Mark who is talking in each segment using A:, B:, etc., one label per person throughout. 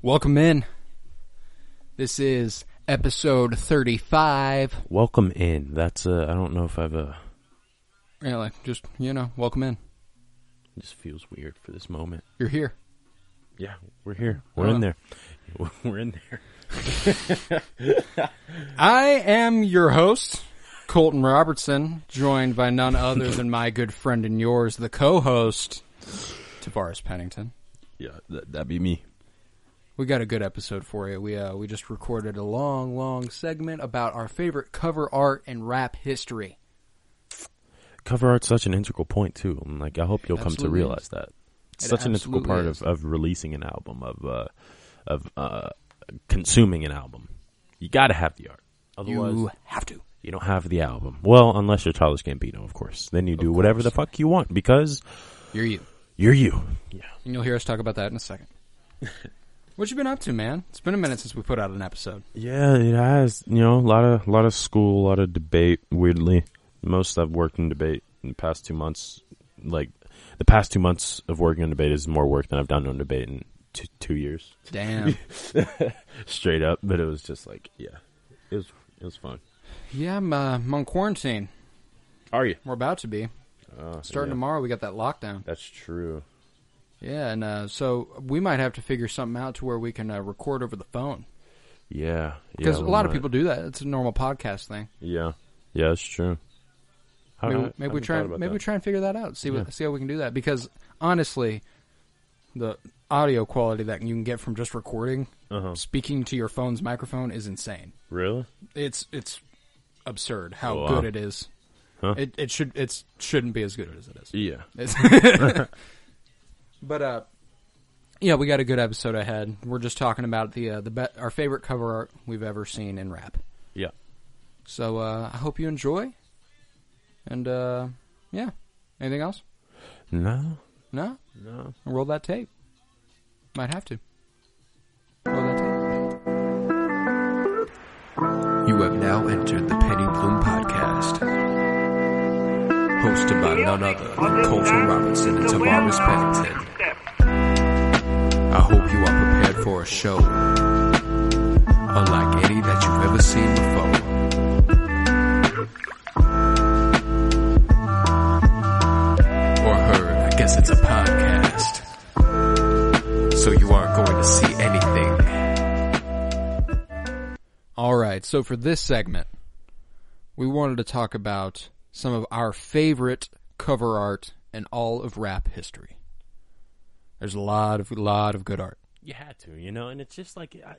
A: Welcome in. This is episode 35.
B: Welcome in. That's uh, I don't know if I've uh,
A: Yeah, like, just, you know, welcome in.
B: it just feels weird for this moment.
A: You're here.
B: Yeah, we're here. We're
A: Uh.
B: in there. We're in there.
A: I am your host, Colton Robertson, joined by none other than my good friend and yours, the co host, Tavares Pennington.
C: Yeah, that, that'd be me.
A: We got a good episode for you. We uh, we just recorded a long, long segment about our favorite cover art and rap history.
B: Cover art's such an integral point too. And like I hope you'll come to
A: absolutely
B: realize that. It's
A: It
B: such an integral
A: absolutely
B: part
A: is.
B: of, of releasing an album of uh, of uh, consuming an album. You got to have the art. Otherwise,
A: You have to.
B: You don't have the album. Well, unless you're Childish Gambino, of course. Then you do whatever the fuck you want because
A: You're you.
B: you're you. Yeah.
A: And you'll hear us talk about that in a second. what you been up to, man? It's been a minute since we put out an episode.
B: Yeah, it has. You know, a lot of lot of school, a lot of debate. Weirdly, most I've worked in debate in the past two months. Like the past two months of working on debate is more work than I've done on debate in two, two years
A: Damn.
B: straight up. But it was just like, yeah, it was it was fun.
A: yeah, I'm, uh, I'm on quarantine.
B: Are you
A: We're about to be. Starting tomorrow, we got that lockdown.
B: Uh, That's true.
A: Yeah, and uh, so we might have to figure something out to where we can uh, record over the phone.
B: Yeah,
A: Because
B: yeah,
A: a lot of
B: why not?
A: people do that. It's a normal podcast thing.
B: Yeah, yeah, that's true. I-
A: Maybe,
B: I
A: maybe we
B: haven't
A: try.
B: thought
A: and-
B: about
A: Maybe we
B: that.
A: try and figure that out. See
B: Yeah.
A: what, see how we can do that. Because honestly, the audio quality that you can get from just recording,
B: Uh-huh.
A: speaking to your phone's microphone, is insane.
B: Really?
A: It's it's absurd how
B: Oh, wow.
A: good it is.
B: Huh?
A: It it should it shouldn't be as good as it is.
B: Yeah.
A: It's- but uh, yeah, we got a good episode ahead. We're just talking about the uh, the be- our favorite cover art we've ever seen in rap.
B: Yeah.
A: So uh, I hope you enjoy. And uh, yeah, anything else?
B: No.
A: No,
B: No.
A: roll that tape. Might have to. Roll that tape.
C: You have now entered the Penny Bloom Podcast, hosted by none other than Colton Robinson and Tavares Pennington. I hope you are prepared for a show unlike any that you've ever seen before. Or heard, I guess it's a podcast. So you aren't going to see anything.
A: All right. So for this segment, we wanted to talk about some of our favorite cover art in all of rap history. There's a lot of lot of good art.
B: You had to, you know, and it's just like I,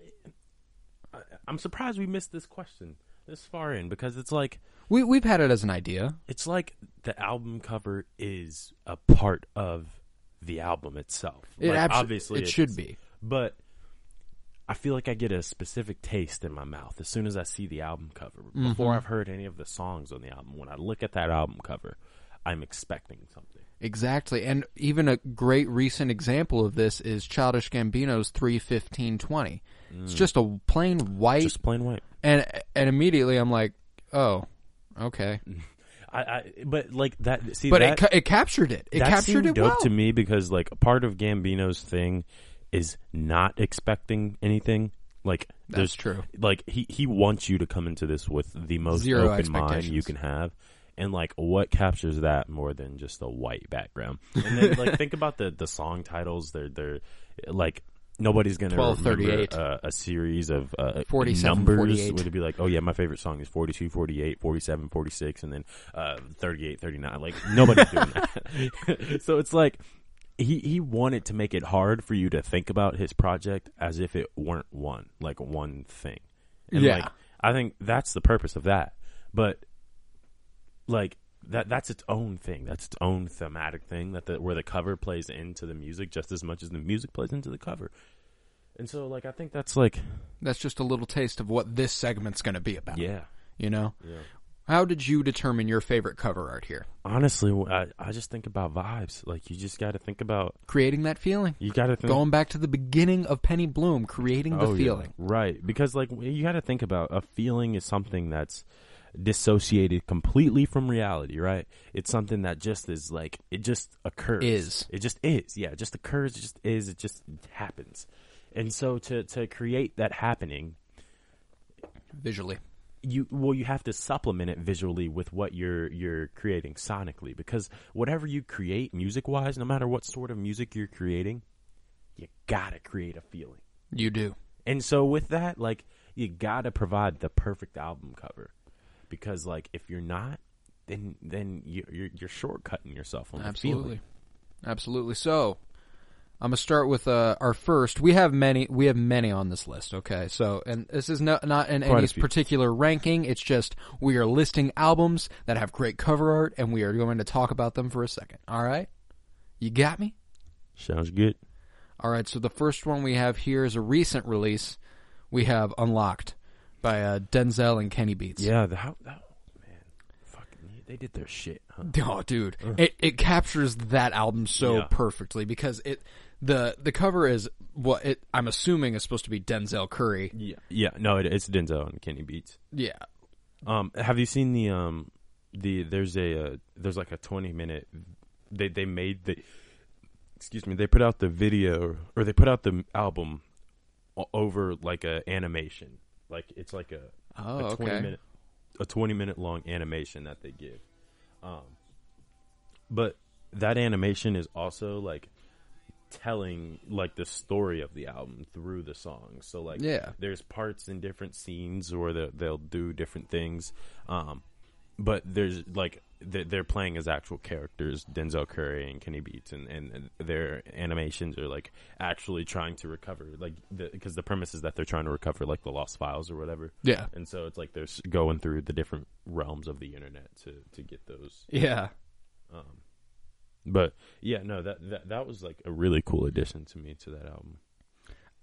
B: I, I'm surprised we missed this question this far in because it's like
A: We we've had it as an idea.
B: it's like the album cover is a part of the album itself.
A: It
B: like,
A: abso-
B: obviously
A: it
B: it
A: should
B: is,
A: be.
B: but I feel like I get a specific taste in my mouth as soon as I see the album cover.
A: Mm-hmm.
B: Before I've heard any of the songs on the album, when I look at that album cover, I'm expecting something.
A: Exactly. And even a great recent example of this is Childish Gambino's 31520. It's just a plain white
B: Mm. Just plain white.
A: and and immediately I'm like, "Oh, okay."
B: I, I but like that. See,
A: But
B: that,
A: it ca- it captured it. It
B: that
A: captured
B: seemed
A: it
B: dope
A: well.
B: to me because like a part of Gambino's thing is not expecting anything. Like
A: That's
B: there's
A: true.
B: Like he he wants you to come into this with the most
A: Zero
B: open mind you
A: expectations.
B: can have. And like what captures that more than just a white background? And then like think about the the song titles. They're they're like nobody's gonna
A: 1238.
B: remember uh, a series of uh,
A: 47,
B: numbers
A: 48.
B: would be like, oh yeah, my favorite song is 42, 48, 47, 46, and then uh, 38, 39. Like nobody's doing that. so it's like he he wanted to make it hard for you to think about his project as if it weren't one, like one thing. And
A: Yeah.
B: like I think that's the purpose of that. But like that that's its own thing. That's its own thematic thing that the where the cover plays into the music just as much as the music plays into the cover. And so like I think that's like
A: That's just a little taste of what this segment's going to be about.
B: yeah.
A: You know? How did you determine your favorite cover art here?
B: honestly, wh- I, I just think about vibes. Like you just got to think about
A: Creating that feeling.
B: you got to think
A: Going back to the beginning of Penny Bloom, creating the
B: Oh, yeah.
A: feeling.
B: right because like you got to think about a feeling is something that's dissociated completely from reality, right? It's something that just is like it just occurs.
A: Is.
B: it just is? Yeah, it just occurs. It just is. It just happens. And so to to create that happening,
A: visually.
B: you well you have to supplement it visually with what you're you're creating sonically because whatever you create music wise no matter what sort of music you're creating you gotta create a feeling
A: You do.
B: and so with that like you gotta provide the perfect album cover because like if you're not then then you- you're you're shortcutting yourself on the
A: Absolutely.
B: feeling.
A: Absolutely. So, I'm gonna start with uh, our first. We have many. We have many on this list. Okay. So, and this is not not in
B: Quite a
A: any
B: few.
A: particular ranking. It's just we are listing albums that have great cover art, and we are going to talk about them for a second. All right. You got me.
B: sounds good
A: All right. So the first one we have here is a recent release. We have Unlocked by uh, Denzel and Kenny Beats.
B: yeah the how that, man fucking they did their shit huh?
A: Oh, dude, it it captures that album so
B: Yeah.
A: perfectly because it the the cover is what it I'm assuming is supposed to be Denzel Curry.
B: yeah yeah no it, it's Denzel and Kenny Beats
A: Yeah,
B: Um, have you seen the um the there's a uh, there's like a 20 minute they they made the excuse me they put out the video or they put out the album o- over like a animation like it's like a
A: Oh,
B: a 20
A: okay.
B: minute a 20 minute long animation that they give um but that animation is also like telling like the story of the album through the song. So like
A: Yeah.
B: there's parts in different scenes or they'll, they'll do different things. Um but there's like they're, they're playing as actual characters, Denzel Curry and Kenny Beats and, and their animations are like actually trying to recover like the cuz the premise is that they're trying to recover like the lost files or whatever.
A: Yeah.
B: And so it's like they're s- going through the different realms of the internet to to get those
A: yeah.
B: but yeah, no, that, that that was like a really cool addition to me to that album.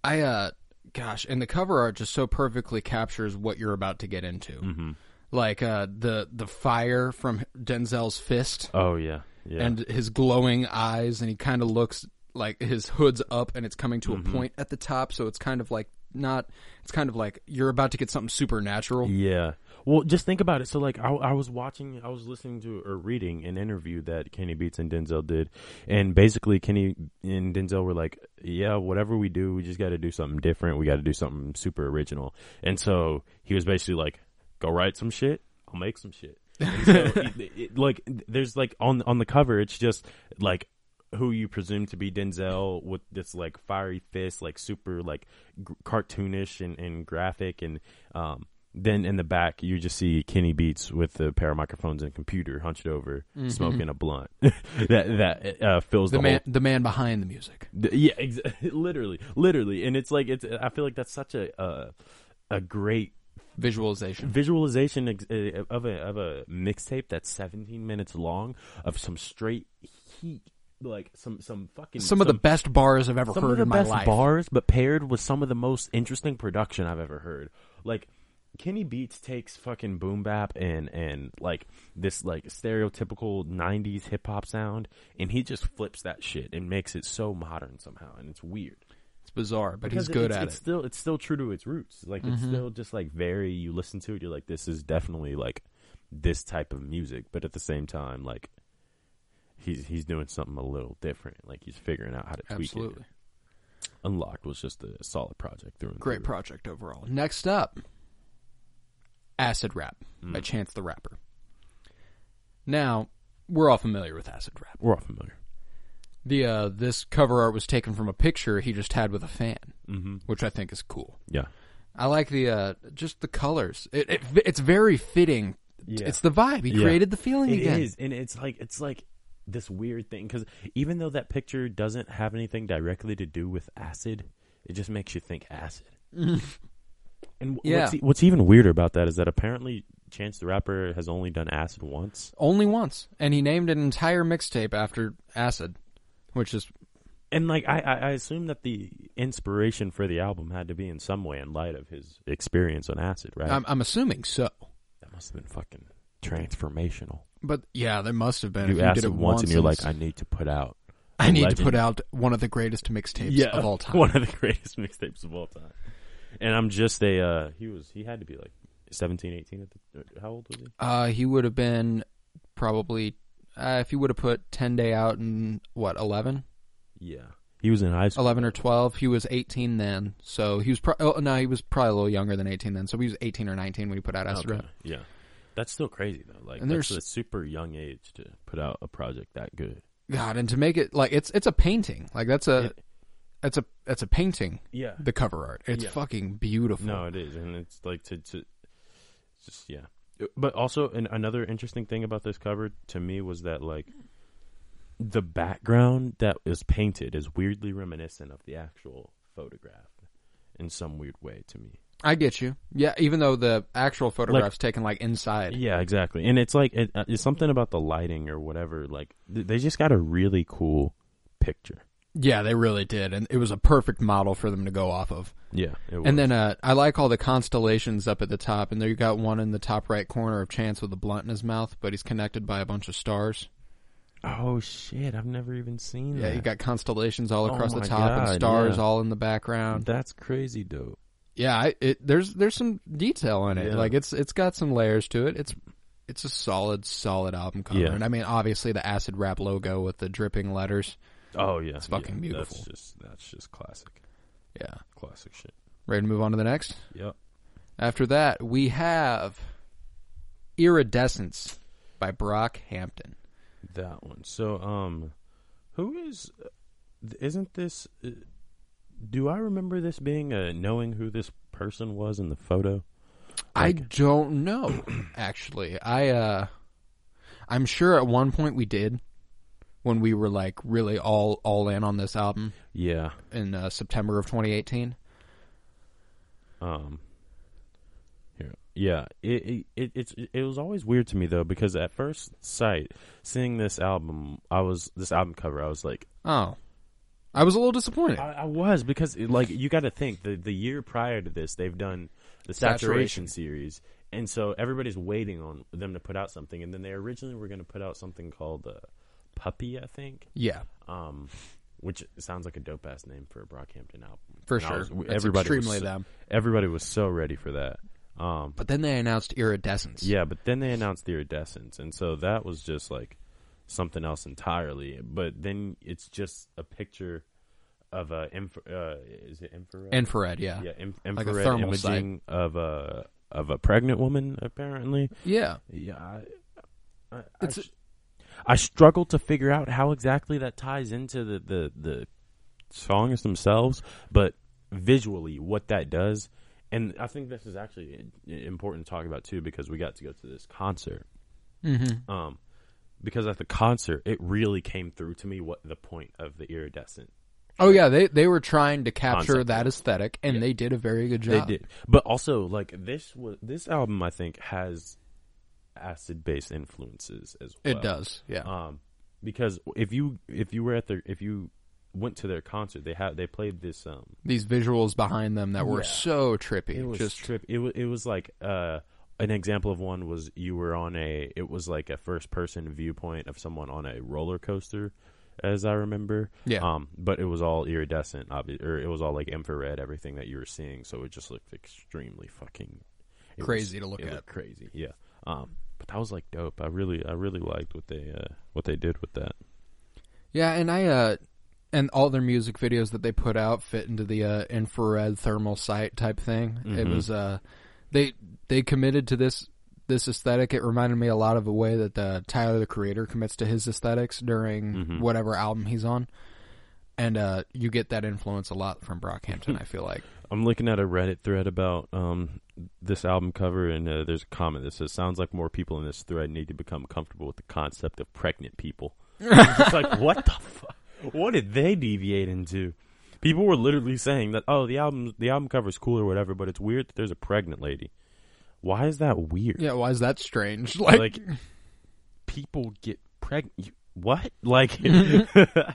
A: I uh, gosh, and the cover art just so perfectly captures what you're about to get into. Mm-hmm. Like uh, the the fire from Denzel's fist
B: Oh yeah, yeah,
A: and his glowing eyes, and he kind of looks like his hood's up and it's coming to
B: Mm-hmm.
A: a point at the top, so it's kind of like not. It's kind of like you're about to get something supernatural.
B: yeah. Well, just think about it. So like, I, I was watching, I was listening to or reading an interview that Kenny Beats and Denzel did, and basically Kenny and Denzel were like, "Yeah, whatever we do, we just got to do something different. We got to do something super original." And so he was basically like, "Go write some shit. I'll make some shit." And so it, it, like, there's like on on the cover, it's just like who you presume to be Denzel with this like fiery fist, like super like g- cartoonish and, and graphic, and um, then in the back you just see Kenny Beats with the pair of microphones and computer hunched over, smoking a blunt that that uh, fills the,
A: Mm-hmm. the
B: whole
A: man, the man behind the music.
B: Th- Yeah, ex- literally, literally, and it's like it's. I feel like that's such a uh, a great Mm-hmm.
A: Visualization.
B: visualization ex- uh, of a of a mixtape that's 17 minutes long of some straight heat, like some some fucking
A: Some of the best bars I've ever
B: some
A: heard
B: of the
A: in my
B: best
A: life.
B: bars, but paired with some of the most interesting production I've ever heard. Like Kenny Beats takes fucking boom bap and and like this like stereotypical '90s hip hop sound, and he just flips that shit and makes it so modern somehow, and it's weird
A: it's bizarre, but
B: because
A: he's good
B: it's,
A: at
B: it's
A: it.
B: Still, it's still true to its roots. Like
A: Mm-hmm.
B: it's still just like very. You listen to it, you're like, this is definitely like this type of music. But at the same time, like he's he's doing something a little different. Like he's figuring out how to tweak
A: Absolutely.
B: it. Unlocked was just a solid project through and
A: Great
B: through.
A: project overall. Next up, Acid Rap
B: Mm.
A: by Chance the Rapper. Now, we're all familiar with Acid Rap.
B: We're all familiar.
A: The uh, this cover art was taken from a picture he just had with a fan, mm-hmm. which I think is cool.
B: Yeah,
A: I like the uh, just the colors. It, it it's very fitting.
B: Yeah.
A: It's the vibe. He
B: Yeah.
A: created the feeling
B: It
A: again.
B: is, and it's like it's like this weird thing because even though that picture doesn't have anything directly to do with acid, it just makes you think acid. and w-
A: Yeah.
B: what's, e- what's even weirder about that is that apparently Chance the Rapper has only done acid once,
A: Only once, and he named an entire mixtape after acid, which is
B: and like I, I, I assume that the inspiration for the album had to be in some way in light of his experience on acid, right?
A: I'm, I'm assuming so.
B: that must have been fucking transformational.
A: But yeah, there must have been. if
B: You
A: did
B: acid
A: it
B: once, and you're like,
A: it's-
B: I need to put out.
A: I,
B: a
A: need to
B: legend."
A: put out one of the greatest mixtapes of all time.
B: One of the greatest mixtapes of all time. And I'm just a uh, he was he had to be like 17, 18 at the how old was he?
A: Uh, he would have been probably uh, if he would have put ten day out in what eleven.
B: Yeah. He was in high school.
A: 11 or 12. He was 18 then. So he was pro- oh, no, he was probably a little younger than 18 then. So he was 18 or 19 when he put out Astro.
B: Okay, Yeah, that's still crazy though. Like
A: Oh, And
B: that's
A: there's-
B: a super young age to put out a project that good.
A: God, and to make it like it's it's a painting. Like that's a that's a that's a painting.
B: Yeah.
A: The cover art. It's
B: Yeah.
A: fucking beautiful.
B: No, it is, and it's like to to it's just yeah. But also, an, another interesting thing about this cover to me was that like the background that is painted is weirdly reminiscent of the actual photograph in some weird way to me.
A: I get you. Yeah, even though the actual photograph's taken like inside.
B: Yeah, exactly. And it's like it, uh, it's something about the lighting or whatever. Like th- they just got a really cool picture.
A: Yeah, they really did, and it was a perfect model for them to go off of.
B: Yeah, it was.
A: And then uh, I like all the constellations up at the top, and there you got one in the top right corner of Chance with a blunt in his mouth, but he's connected by a bunch of stars.
B: oh shit, I've never even seen
A: Yeah,
B: that.
A: you got constellations all
B: Oh
A: across the
B: my
A: top and
B: God,
A: stars
B: yeah.
A: all in the background.
B: that's crazy dope.
A: Yeah, I, it, there's there's some detail in it.
B: Yeah.
A: Like it's it's got some layers to it. It's it's a solid solid album cover,
B: Yeah.
A: and I mean obviously the acid rap logo with the dripping letters.
B: Oh yeah,
A: It's fucking
B: yeah,
A: beautiful.
B: That's just that's just classic,
A: Yeah,
B: classic shit.
A: ready to move on to the next.
B: Yep.
A: After that, we have Iridescence by Brock Hampton.
B: That one. So, um, who is? Isn't this? uh, Do I remember this being a knowing who this person was in the photo?
A: I
B: Like-
A: don't know, actually. I uh I'm sure at one point we did when we were like really all all in on this album
B: Yeah.
A: in uh, September of 2018.
B: Um. Here. Yeah. It it, it it's it was always weird to me though because at first sight, seeing this album, I was this album cover, I was like,
A: Oh. I was a little disappointed.
B: I, I was because it- like you got to think the the year prior to this they've done the
A: Saturation.
B: saturation, series, and so everybody's waiting on them to put out something, and then they originally were going to put out something called uh, Puppy, I think,
A: yeah,
B: um, which sounds like a dope ass name for a Brockhampton album
A: for
B: And I
A: sure.
B: was-
A: That's
B: everybody was
A: extremely
B: so-
A: them.
B: Everybody was so ready for that. Um,
A: But then they announced Iridescence.
B: yeah, but then they announced the iridescence, and so that was just like something else entirely. But then it's just a picture of a inf- uh, is it infrared?
A: Infrared, yeah.
B: yeah, in-
A: Like a
B: infrared
A: thermal sight.
B: imaging of a of a pregnant woman apparently.
A: Yeah.
B: Yeah, I, I,
A: It's
B: I, I struggle to figure out how exactly that ties into the the the songs themselves, but visually what that does, and I think this is actually i- important to talk about too because we got to go to this concert. Mm-hmm. Um, because at the concert, it really came through to me what the point of the iridescent
A: Oh yeah, they they were trying to capture
B: Concept.
A: that aesthetic and they did a very good job.
B: They did, but also like this was this album. I think has acid based influences as well.
A: It does. Yeah.
B: Um, because if you if you were at their if you went to their concert, they had they played this. Um,
A: these visuals behind them that were
B: Yeah.
A: so trippy.
B: it was
A: just
B: trip. It was it was like uh. An example of one was you were on a it was like a first person viewpoint of someone on a roller coaster, as I remember.
A: Yeah.
B: Um, but it was all iridescent, obvi- or it was all like infrared, everything that you were seeing. So it just looked extremely fucking it was-
A: Crazy to look
B: it
A: at.
B: looked crazy, yeah. Um, but that was like dope. I really, I really liked what they uh, what they did with that.
A: yeah, and I uh and all their music videos that they put out fit into the uh, infrared thermal sight type thing. It was uh they they committed to this this aesthetic. It reminded me a lot of the way that the Tyler the Creator commits to his aesthetics during whatever album he's on. And uh, you get that influence a lot from Brockhampton, I feel like.
B: I'm looking at a Reddit thread about um, this album cover, and uh, there's a comment that says, "Sounds like more people in this thread need to become comfortable with the concept of pregnant people." it's like, what the fuck? What did they deviate into? People were literally saying that, "Oh, the album, the album cover is cool or whatever," but it's weird that there's a pregnant lady. Why is that weird?
A: Yeah, why is that strange?
B: like people get pregnant. What? Like, yeah.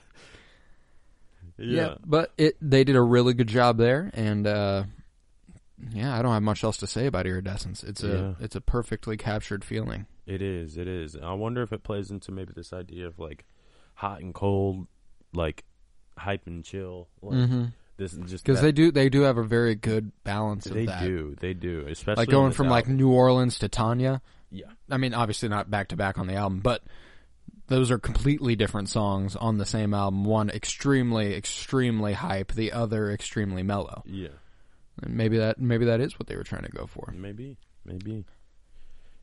A: Yeah, but it they did a really good job there, and uh, yeah, I don't have much else to say about iridescence. It's a
B: Yeah.
A: it's a perfectly captured feeling.
B: It is. It is. I wonder if it plays into maybe this idea of like hot and cold, like hype and chill. Like,
A: Mm-hmm.
B: This is just
A: because
B: that-
A: they do they do have a very good balance of
B: they
A: that.
B: do they do especially
A: Like
B: on
A: going
B: this
A: from like
B: album.
A: New Orleans to Tanya.
B: yeah
A: I mean, obviously not back to back on the album, but those are completely different songs on the same album. One extremely, extremely hype, the other extremely mellow.
B: Yeah.
A: And maybe that maybe that is what they were trying to go for.
B: Maybe. Maybe.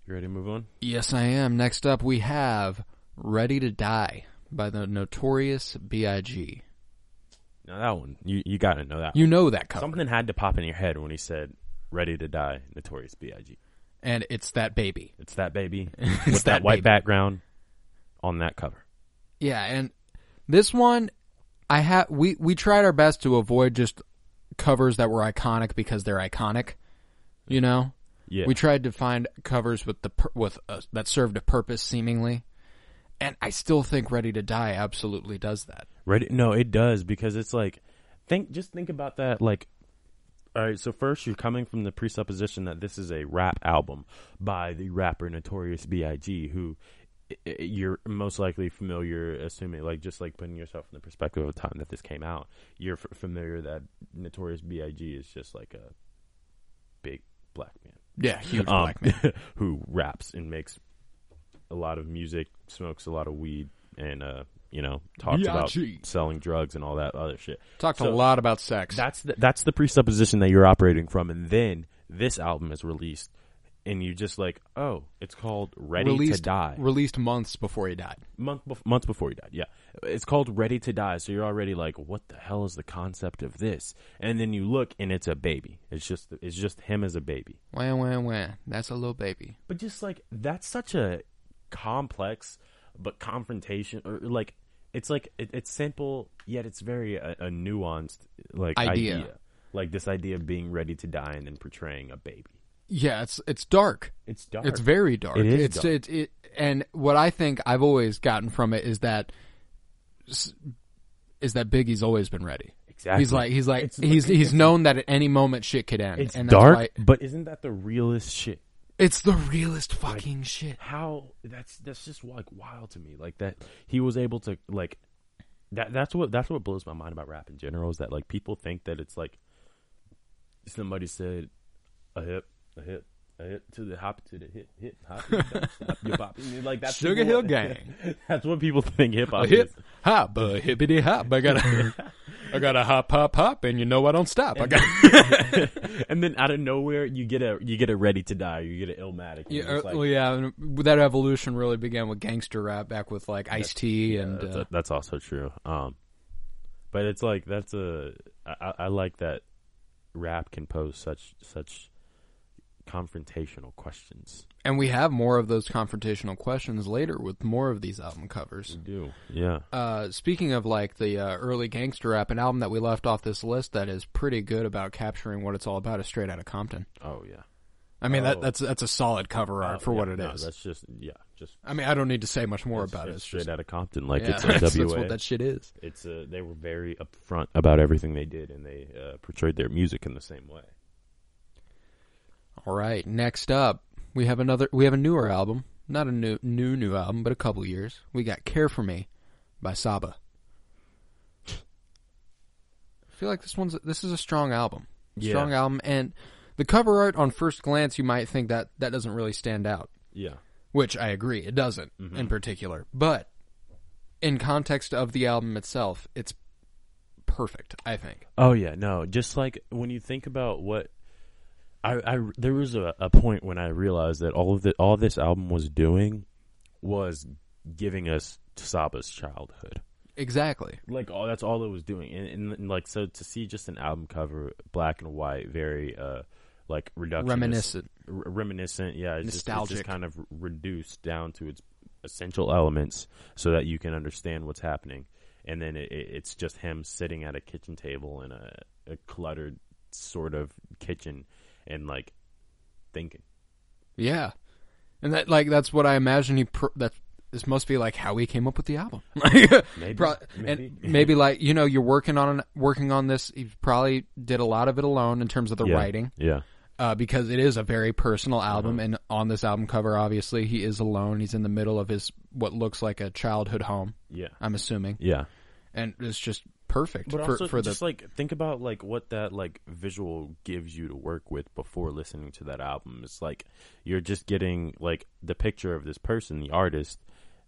B: You ready to move on?
A: Yes, I am. Next up, we have "Ready to Die" by the Notorious B.I.G.
B: No, that one. You you gotta know that.
A: You know that cover,
B: Something had to pop in your head when he said "Ready to Die," Notorious B.I.G.
A: and it's that baby.
B: It's that baby
A: It's
B: with that,
A: that baby.
B: white background on that cover.
A: Yeah, and this one, I have we we tried our best to avoid just covers that were iconic because they're iconic. You know,
B: Yeah.
A: We tried to find covers with the pur- with uh, that served a purpose seemingly, and I still think "Ready to Die" absolutely does that.
B: Ready? No, it does because it's like think just think about that like all right, so first you're coming from the presupposition that this is a rap album by the rapper Notorious B.I.G. who i- i- you're most likely familiar assuming like just like putting yourself in the perspective of the time that this came out, you're f- familiar that Notorious B.I.G. is just like a big black man.
A: Yeah, huge
B: um,
A: black man.
B: who raps and makes a lot of music, smokes a lot of weed, and uh, you know talks
A: B.I.G..
B: about selling drugs and all that other shit.
A: Talked a
B: so-
A: lot about sex.
B: That's the, that's the presupposition that you're operating from, and then this album is released, and you just like, oh, it's called Ready
A: released
B: to Die.
A: released months before he died.
B: month bef- months before he died. Yeah, it's called Ready to Die. So you're already like, what the hell is the concept of this? And then you look, and it's a baby. It's just it's just him as a baby.
A: Wah wah wah. That's a little baby.
B: but just like that's such a complex but confrontation or like it's like it, it's simple yet it's very uh, a, a nuanced like
A: Idea.
B: idea. like this idea of being ready to die and then portraying a baby
A: Yeah, it's it's dark.
B: it's dark
A: It's very dark.
B: It is
A: it's
B: dark.
A: It, it and what I think I've always gotten from it is that s- is that Biggie's always been ready.
B: Exactly.
A: He's like he's like
B: It's-
A: he's he's known that at any moment shit could end.
B: it's
A: and that's
B: dark
A: why-
B: but isn't that the realest shit
A: It's the realest fucking shit.
B: how that's that's just like wild to me like that he was able to like that that's what that's what blows my mind about rap in general is that like people think that it's like somebody said a hip a hip a hip to the hop to the hip hip hop hip, hop, hop, your pop. And like that's
A: Sugar Hill
B: people-
A: Gang.
B: that's what people think hip
A: A
B: hop is
A: hip hop, a hippity hop. I got a, I got a hop, hop, hop, and you know I don't stop. I got
B: and then out of nowhere you get a you get a ready to die you get an illmatic and
A: yeah, uh,
B: it's like,
A: well, yeah. and That evolution really began with gangster rap, back with like Ice T and
B: that's,
A: uh,
B: that's also true. Um, but it's like that's a I, I- I like that rap can pose such such confrontational questions.
A: and we have more of those confrontational questions later with more of these album covers.
B: Do yeah
A: Uh, speaking of like the uh, early gangster rap, an album that we left off this list that is pretty good about capturing what it's all about is Straight Outta Compton.
B: oh yeah
A: I mean that
B: Oh.
A: that's that's a solid cover art for
B: Uh, Yeah,
A: what it is.
B: no, That's just yeah just
A: I mean I don't need to say much more
B: it's,
A: about
B: it's
A: it. It's
B: straight
A: just
B: out of Compton like
A: yeah,
B: it's
A: that's,
B: a
A: that's
B: WA.
A: what that shit is.
B: it's uh they were very upfront about everything they did and they uh, portrayed their music in the same way.
A: All right. Next up, we have another. We have a newer album, not a new new new album, but a couple years. We got "Care for Me" by Saba. I feel like this one's this is a strong album,
B: Yeah.
A: strong album, and the cover art on first glance you might think that that doesn't really stand out,
B: Yeah.
A: which I agree it doesn't in particular, but in context of the album itself, it's perfect. I think.
B: Oh yeah, no. Just like when you think about what I, I there was a, a point when I realized that all of the all this album was doing was giving us Saba's childhood.
A: Exactly.
B: Like all that's all it was doing, and, and, and, like so to see just an album cover, black and white, very uh like reductionist,
A: Reminiscent.
B: r- reminiscent, yeah, it's just- it's
A: Nostalgic.
B: just kind of reduced down to its essential elements so that you can understand what's happening. And then it, it- it's just him sitting at a kitchen table in a, a cluttered sort of kitchen and like thinking.
A: Yeah, and that like that's what I imagine he pr- that this must be like how he came up with the album. maybe,
B: maybe.
A: and maybe like you know you're working on an, working on this. He probably did a lot of it alone in terms of the
B: Yeah.
A: writing
B: Yeah.
A: uh, because it is a very personal album.
B: Uh-huh.
A: And on this album cover, obviously he is alone. He's in the middle of his what looks like a childhood home.
B: Yeah.
A: I'm assuming,
B: Yeah.
A: and it's just perfect
B: But
A: for
B: also
A: for the
B: just like think about like what that like visual gives you to work with before listening to that album. It's like you're just getting like the picture of this person, the artist,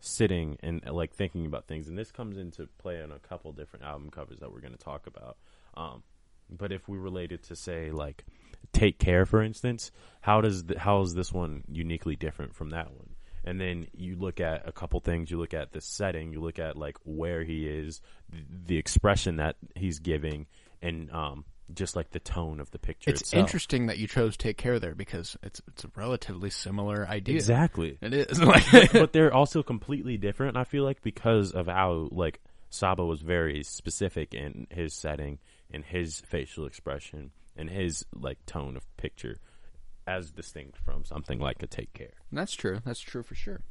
B: sitting and like thinking about things. And this comes into play on a couple different album covers that we're going to talk about. Um, but if we relate it to say like Take Care, for instance, how does th- how is this one uniquely different from that one? And then you look at a couple things. You look at the setting. You look at like where he is, th- the expression that he's giving, and um, just like the tone of the picture.
D: It's
B: itself.
D: interesting that you chose Take Care there because it's it's a relatively similar idea.
B: Exactly.
D: It is like
B: but they're also completely different. I feel like because of how like Saba was very specific in his setting and his facial expression and his like tone of picture, as distinct from something like a Take Care.
A: That's true. That's true for sure.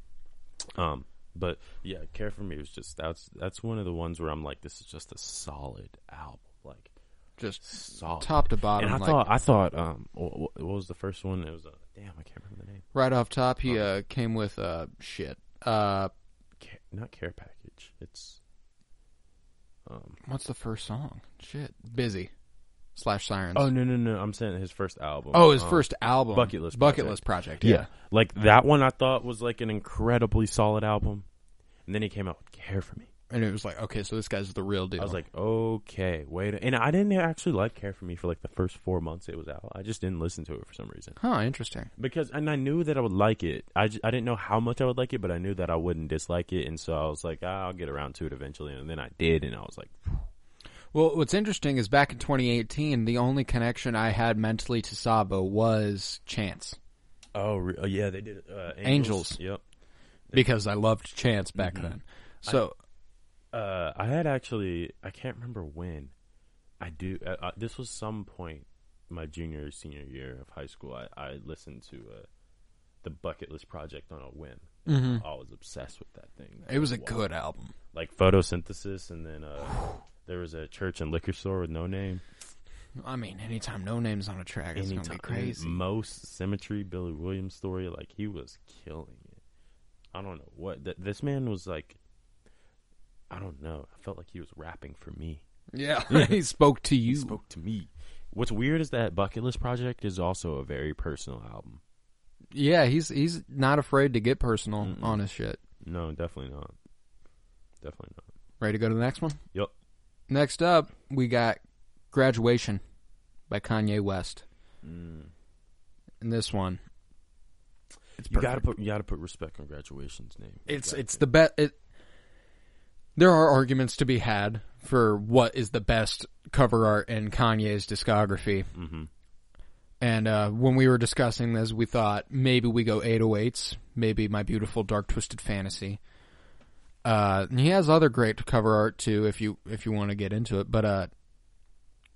B: Um, but yeah, Care for Me was just that's that's one of the ones where I'm like, this is just a solid album. Like
A: Just
B: solid.
A: top to bottom.
B: and I
A: like,
B: thought I thought um wh- wh- what was the first one? It was uh, damn I can't remember the name.
A: right off top, he
B: Oh.
A: uh, came with uh, shit. Uh,
B: Care, not Care Package. It's um
A: what's the first song? Shit, busy slash sirens.
B: Oh no no no! I'm saying his first album.
A: Oh, his
B: Um,
A: first album,
B: Bucket List
A: Bucket
B: Project.
A: List Project.
B: Yeah.
A: Yeah.
B: like that one I thought was like an incredibly solid album, and then he came out with "Care for Me."
A: and it was like, okay, so this guy's the real deal.
B: I was like, okay, wait. a- And I didn't actually like "Care for Me" for like the first four months it was out. I just didn't listen to it for some reason
A: huh, interesting.
B: because, and I knew that I would like it. I, ju- I didn't know how much I would like it, but I knew that I wouldn't dislike it, and so I was like, ah, I'll get around to it eventually. And then I did, and I was like,
A: Well, what's interesting is back in 2018, the only connection I had mentally to Saba was Chance
B: oh re- oh, yeah, they did uh,
A: Angels.
B: Yep.
A: because I loved Chance back
B: Mm-hmm.
A: then. So
B: Uh, I had actually, I can't remember when. I do. Uh, uh, this was some point my junior or senior year of high school. I, I listened to uh, the Bucket List Project on a whim. And I was obsessed with that thing.
A: Mm-hmm. it was a
B: Wow.
A: good album.
B: like photosynthesis, and then uh, there was a church and liquor store with no name.
A: I mean, anytime No Name's on a track, it's going to
B: Anytime-
A: be crazy.
B: Most symmetry, Billy Williams story, like he was killing it. I don't know what th- this man was like. I don't know. I felt like he was rapping for me.
A: Yeah, he spoke to you.
B: He spoke to me. What's weird is that Bucket List Project is also a very personal album.
A: Yeah, he's he's not afraid to get personal on his shit.
B: No, definitely not. Definitely not.
A: Ready to go to the next one?
B: Yep.
A: Next up, we got Graduation by Kanye West.
B: Mm.
A: And this one, it's
B: You
A: perfect.
B: gotta put you gotta put respect on graduation's name.
A: it's it's the best. It, there are arguments to be had for what is the best cover art in Kanye's discography.
B: Mhm.
A: And uh, when we were discussing this, we thought maybe we go 808s, maybe My Beautiful Dark Twisted Fantasy. Uh, and he has other great cover art too, if you if you want to get into it. But uh,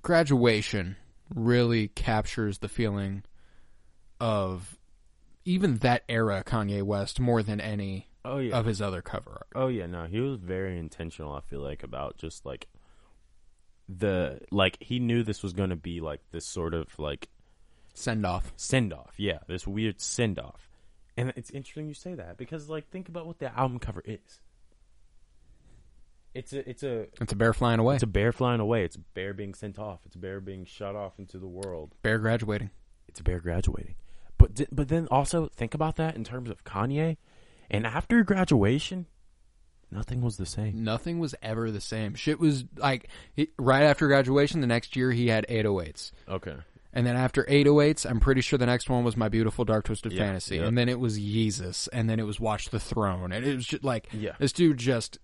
A: graduation really captures the feeling of even that era Kanye West more than any
B: Oh yeah.
A: of his other cover art.
B: Oh yeah, no, he was very intentional. I feel like about just like the like he knew this was going to be like this sort of like
A: Send off.
B: send off. Yeah, this weird send off, and it's interesting you say that because like think about what the album cover is. It's a it's a
A: It's a bear flying away.
B: it's a bear flying away. It's a bear being sent off. It's a bear being shut off into the world.
A: bear graduating.
B: It's a bear graduating. But d- but then also think about that in terms of Kanye, and after graduation, nothing was the same.
A: Nothing was ever the same. Shit was like he, right after graduation. The next year he had 808s.
B: Okay.
A: And then after 808s, I'm pretty sure the next one was My Beautiful Dark Twisted
B: Yeah,
A: Fantasy.
B: yeah.
A: And then it was Yeezus. And then it was Watch the Throne. And it was just like,
B: Yeah.
A: this dude just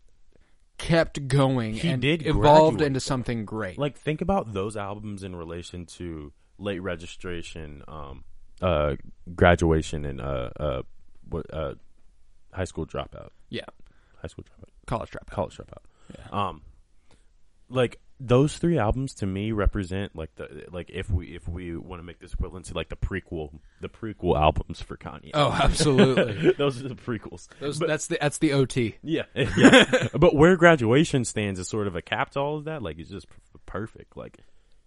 A: kept going
B: He
A: and
B: did
A: evolved
B: graduate,
A: into
B: though.
A: something great.
B: Like think about those albums in relation to late registration, um, uh, graduation, and uh, uh, what, uh, high school dropout,
A: yeah.
B: high school dropout,
A: College dropout.
B: college dropout. Um, like those three albums to me represent like the like if we if we want to make this equivalent to like the prequel the prequel albums for Kanye.
A: Oh, absolutely.
B: those are the prequels.
A: Those, that's the that's the OT.
B: Yeah, yeah. but where graduation stands is sort of a cap to all of that. Like it's just p- perfect. Like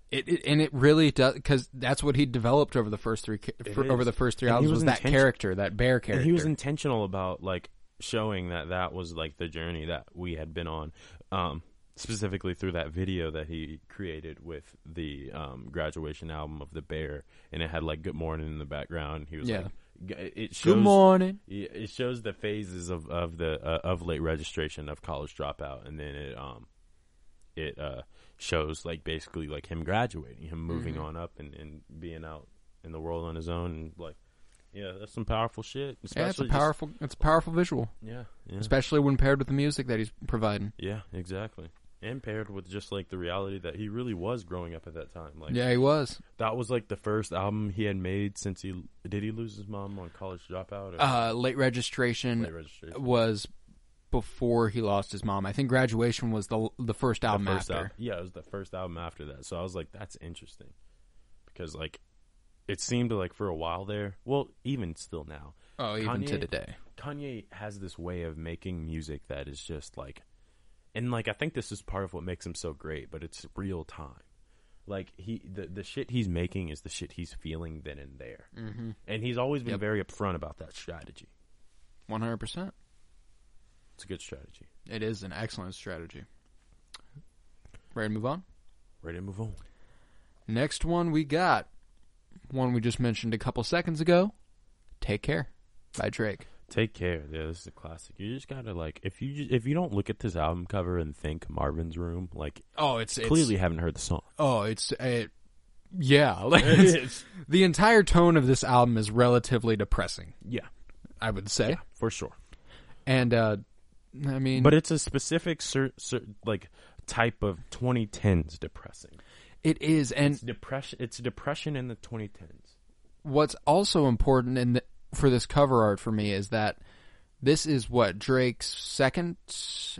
A: It, it and it really does because that's what he developed over the first three ca- fr-
B: is.
A: over the first three
B: And he
A: albums
B: was
A: was, that
B: intention-
A: character, that bear character.
B: And he was intentional about like showing that that was like the journey that we had been on, um, specifically through that video that he created with the um, graduation album of the bear, and it had like "Good Morning" in the background. He was
A: Yeah.
B: like, G- It shows,
A: Good morning.
B: Yeah, it shows the phases of of the uh, of late registration of college dropout, and then it um it uh shows like basically like him graduating, him moving
A: Mm-hmm.
B: on up, and and being out in the world on his own, and like yeah, that's some powerful shit.
A: Yeah, it's a
B: especially just-
A: powerful. It's a powerful visual,
B: yeah, yeah,
A: especially when paired with the music that he's providing.
B: yeah, exactly. And paired with just like the reality that he really was growing up at that time, like
A: Yeah, he was.
B: that was like the first album he had made since he did he lose his mom on college dropout or
A: Uh, late registration
B: late registration.
A: was before he lost his mom. I think graduation was the the first
B: The
A: album
B: first
A: after.
B: al- yeah, it was the first album after that. So I was like, that's interesting because like it seemed like for a while there, well, even still now,
A: Oh, even to
B: Kanye-
A: today.
B: Kanye has this way of making music that is just like, and like I think this is part of what makes him so great, but it's real time. Like he, the the shit he's making is the shit he's feeling then and there, mm-hmm. and he's always been
A: Yep.
B: very upfront about that strategy.
A: One hundred percent.
B: It's a good strategy.
A: It is an excellent strategy. Ready to move on?
B: Ready to move on.
A: Next one we got one we just mentioned a couple seconds ago. Take care by Drake.
B: Take care. Yeah, this is a classic. You just gotta like if you ju- if you don't look at this album cover and think Marvin's Room, like
A: Oh, it's, it's
B: clearly haven't heard the song.
A: Oh, it's it, yeah. Like it's- the entire tone of this album is relatively depressing,
B: Yeah,
A: I would say.
B: for sure.
A: And uh I mean,
B: But it's a specific cer- cer- like type of 2010s depressing.
A: it is and
B: It's depression. It's depression in the 2010s.
A: what's also important in the, for this cover art for me is that this is what Drake's second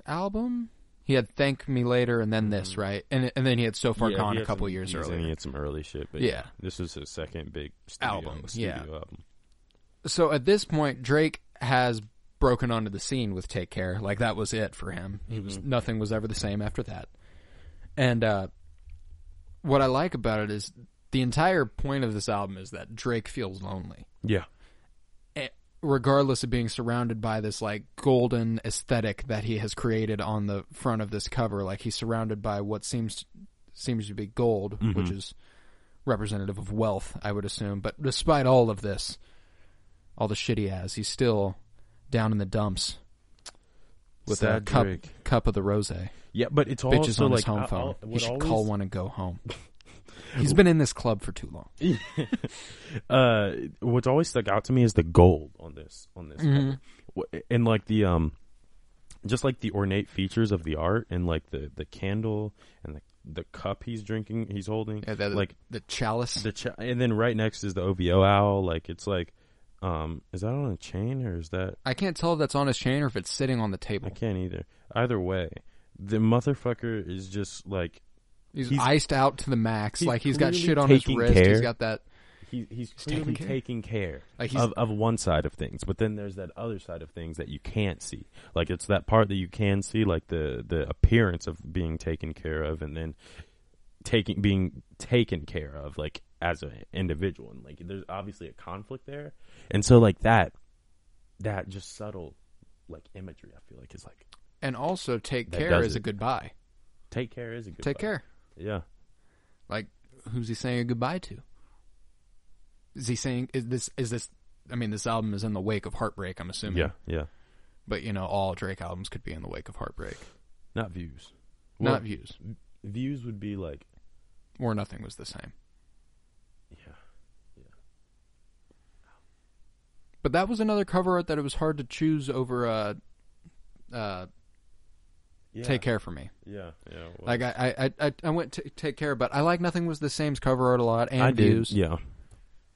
A: album. He had "Thank Me Later" and then this, right? And and then he had "So Far
B: Mm-hmm. Yeah,
A: Gone"
B: he
A: a
B: had
A: couple
B: some-
A: years
B: he's- and
A: earlier.
B: He had some early shit, but
A: Yeah.
B: yeah, this is his second big studio,
A: Album,
B: Studio
A: yeah.
B: album.
A: So at this point, Drake has broken onto the scene with "Take Care." Like that was it for him. He was nothing was ever the same after that. And uh, what I like about it is the entire point of this album is that Drake feels lonely.
B: Yeah,
A: eh, regardless of being surrounded by this like golden aesthetic that he has created on the front of this cover like he's surrounded by what seems seems to be gold
B: Mm-hmm.
A: which is representative of wealth i would assume but despite all of this all the shit he has he's still down in the dumps with a
B: Sad
A: cup
B: Drake.
A: cup of the rose
B: yeah, but it's also
A: bitches on
B: like
A: his home
B: I-
A: phone
B: I-
A: he
B: what
A: should
B: always-
A: call one and go home he's been in this club for too long
B: uh, what's always stuck out to me is the gold on this on this cover. Wh- and like the um just like the ornate features of the art and like the the candle and the the cup he's drinking he's holding like
A: the chalice
B: the ch- and then right next is the OVO owl like it's like um is that on a chain or is that
A: i can't tell if that's on his chain or if it's sitting on the table
B: I can't either either way the motherfucker is just like
A: He's,
B: He's-
A: iced out to the max.
B: he's
A: like he's got
B: clearly
A: shit on his
B: taking
A: wrist. He's
B: care.
A: got that.
B: he, he's
A: taking
B: clearly
A: care.
B: taking care,
A: Like, he's-
B: of, of one side of things, but then there's that other side of things that you can't see. Like it's that part that you can see, like the the appearance of being taken care of, and then taking being taken care of, like as an individual, and like there's obviously a conflict there, and so like that, that just subtle like imagery, I feel like is like
A: And also, take
B: That
A: care
B: does
A: is a
B: it.
A: goodbye.
B: take care is a good
A: Take care.
B: yeah.
A: Like who's he saying a goodbye to? Is he saying is this is this? I mean, this album is in the wake of heartbreak. I'm assuming.
B: Yeah, yeah.
A: But you know, all Drake albums could be in the wake of heartbreak.
B: Not views. Well,
A: Not views.
B: Views would be like
A: Or nothing was the same.
B: yeah.
A: But that was another cover art that it was hard to choose over. Uh, uh,
B: yeah.
A: Take care for me.
B: Yeah, yeah. well-
A: Like I, I, I, I went to take care, but I like nothing was the same's cover art a lot and
B: I
A: views.
B: Did, yeah.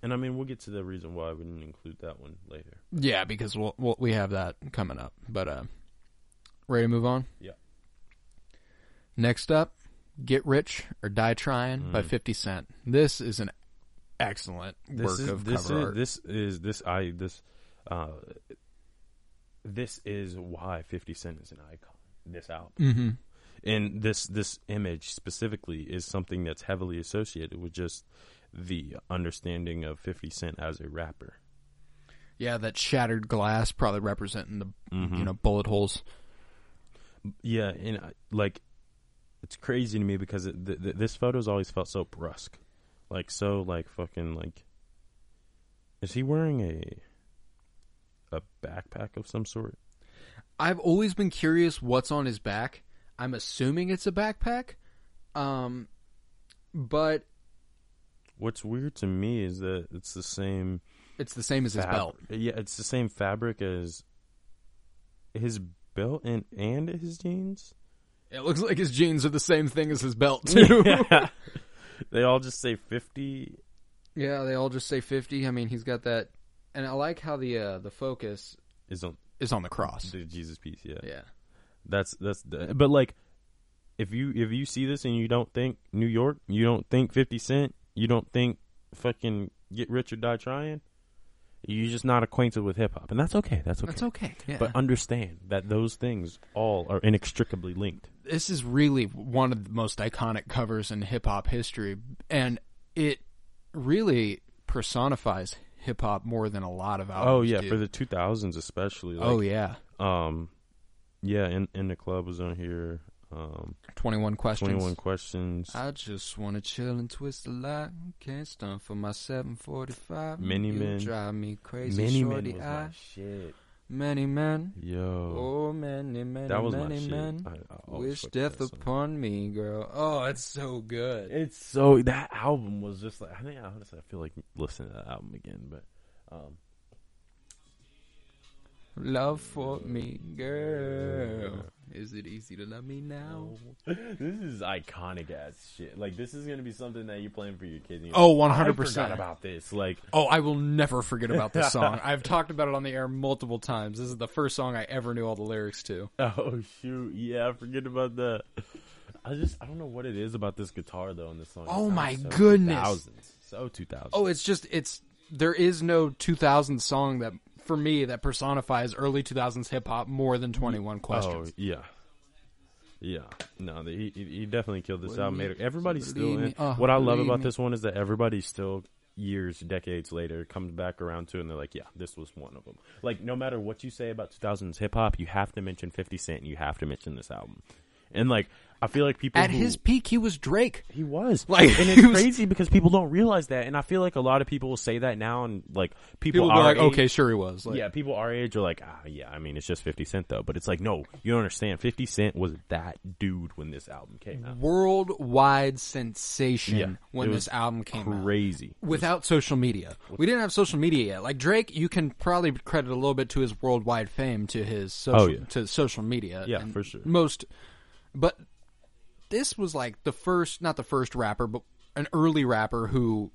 B: And I mean, we'll get to the reason why I wouldn't include that one later.
A: Yeah, because we'll, we'll we have that coming up. But uh, ready to move on.
B: Yeah.
A: Next up, "Get Rich or Die Trying"
B: Mm.
A: by Fifty Cent. This is an excellent work of
B: this
A: cover
B: is,
A: art.
B: This is this I this uh this is why 50 Cent is an icon. This album. Mm-hmm. And this this image specifically is something that's heavily associated with just the understanding of 50 Cent as a rapper.
A: yeah, that shattered glass probably representing the
B: Mm-hmm.
A: you know bullet holes.
B: Yeah, and I- like it's crazy to me because it, th- th- this photo's always felt so brusque, like so like fucking like. Is he wearing a? a backpack of some sort?
A: I've always been curious what's on his back. I'm assuming it's a backpack. Um, but
B: What's weird to me is that it's the same
A: it's the same as his
B: fab-
A: belt.
B: Yeah, it's the same fabric as his belt and and his jeans.
A: It looks like his jeans are the same thing as his belt too. Yeah,
B: they all just say fifty.
A: they all just say 50. I mean, he's got that and I like how the uh, the focus
B: Is on
A: is on the cross.
B: the Jesus piece? Yeah,
A: Yeah.
B: that's that's. The, but like, if you if you see this and you don't think New York, you don't think Fifty Cent, you don't think fucking Get Rich or Die Trying. You're just not acquainted with hip hop, and that's okay. That's okay.
A: That's okay. Yeah.
B: But understand that those things all are inextricably linked.
A: this is really one of the most iconic covers in hip hop history, and it really personifies hip hop more than a lot of albums.
B: Oh yeah,
A: do.
B: for the 2000s especially. Like,
A: oh yeah,
B: Um, yeah, in in the club was on here. Um,
A: twenty one questions.
B: twenty one questions.
A: I just wanna chill and twist a lot. Can't stunt for my seven forty five.
B: Many men.
A: drive me crazy.
B: Many men
A: shorty,
B: was
A: I,
B: my shit.
A: many men.
B: Yo,
A: Oh, many many
B: that was my
A: many
B: shit.
A: men.
B: I- I always
A: Wish
B: fucked
A: death
B: that song.
A: upon me, girl. Oh, it's so good.
B: it's so that album was just like I think honestly I feel like listening to that album again, but um,
A: Love for me, girl. Is it easy to love me now?
B: this is iconic ass shit. Like this is gonna be something that you're playing for your kids. and you're
A: Oh,
B: like,
A: 100%.
B: I forgot about this. Like
A: Oh, I will never forget about this song. I've talked about it on the air multiple times. This is the first song I ever knew all the lyrics to.
B: oh shoot, yeah, I forget about that. I just I don't know what it is about this guitar though in this song. It
A: Oh, my
B: sounds so
A: goodness.
B: 2000s. so two thousand.
A: Oh, it's just it's there is no 2000 song that for me that personifies early 2000s hip hop more than 21 questions.
B: Oh yeah, yeah. No, the, he he he definitely killed this
A: Believe-
B: album. Made it- Everybody's still
A: believe
B: in.
A: me. Oh,
B: what I love
A: believe
B: about
A: me.
B: this one is that everybody still years, decades later comes back around to, it and they're like, yeah, this was one of them. Like no matter what you say about 2000s hip hop, you have to mention 50 Cent. and You have to mention this album. And like, I feel like people
A: At
B: who-
A: his peak, he was Drake.
B: he was
A: Like,
B: and it's
A: he was-
B: crazy because people don't realize that, and I feel like a lot of people will say that now, and like people,
A: People
B: are
A: are like, okay, sure he was. Like,
B: yeah, people our age are like, ah, yeah, I mean, it's just 50 Cent, though. But it's like, no, you don't understand. 50 Cent was that dude when this album came out.
A: worldwide sensation
B: Yeah,
A: when
B: it
A: this
B: was
A: album came out.
B: Crazy.
A: without social media. We didn't have social media yet. Like Drake, you can probably credit a little bit to his worldwide fame to his social
B: Oh, yeah.
A: to social media.
B: Yeah,
A: and
B: for sure.
A: Most, but this was like the first, not the first rapper, but an early rapper who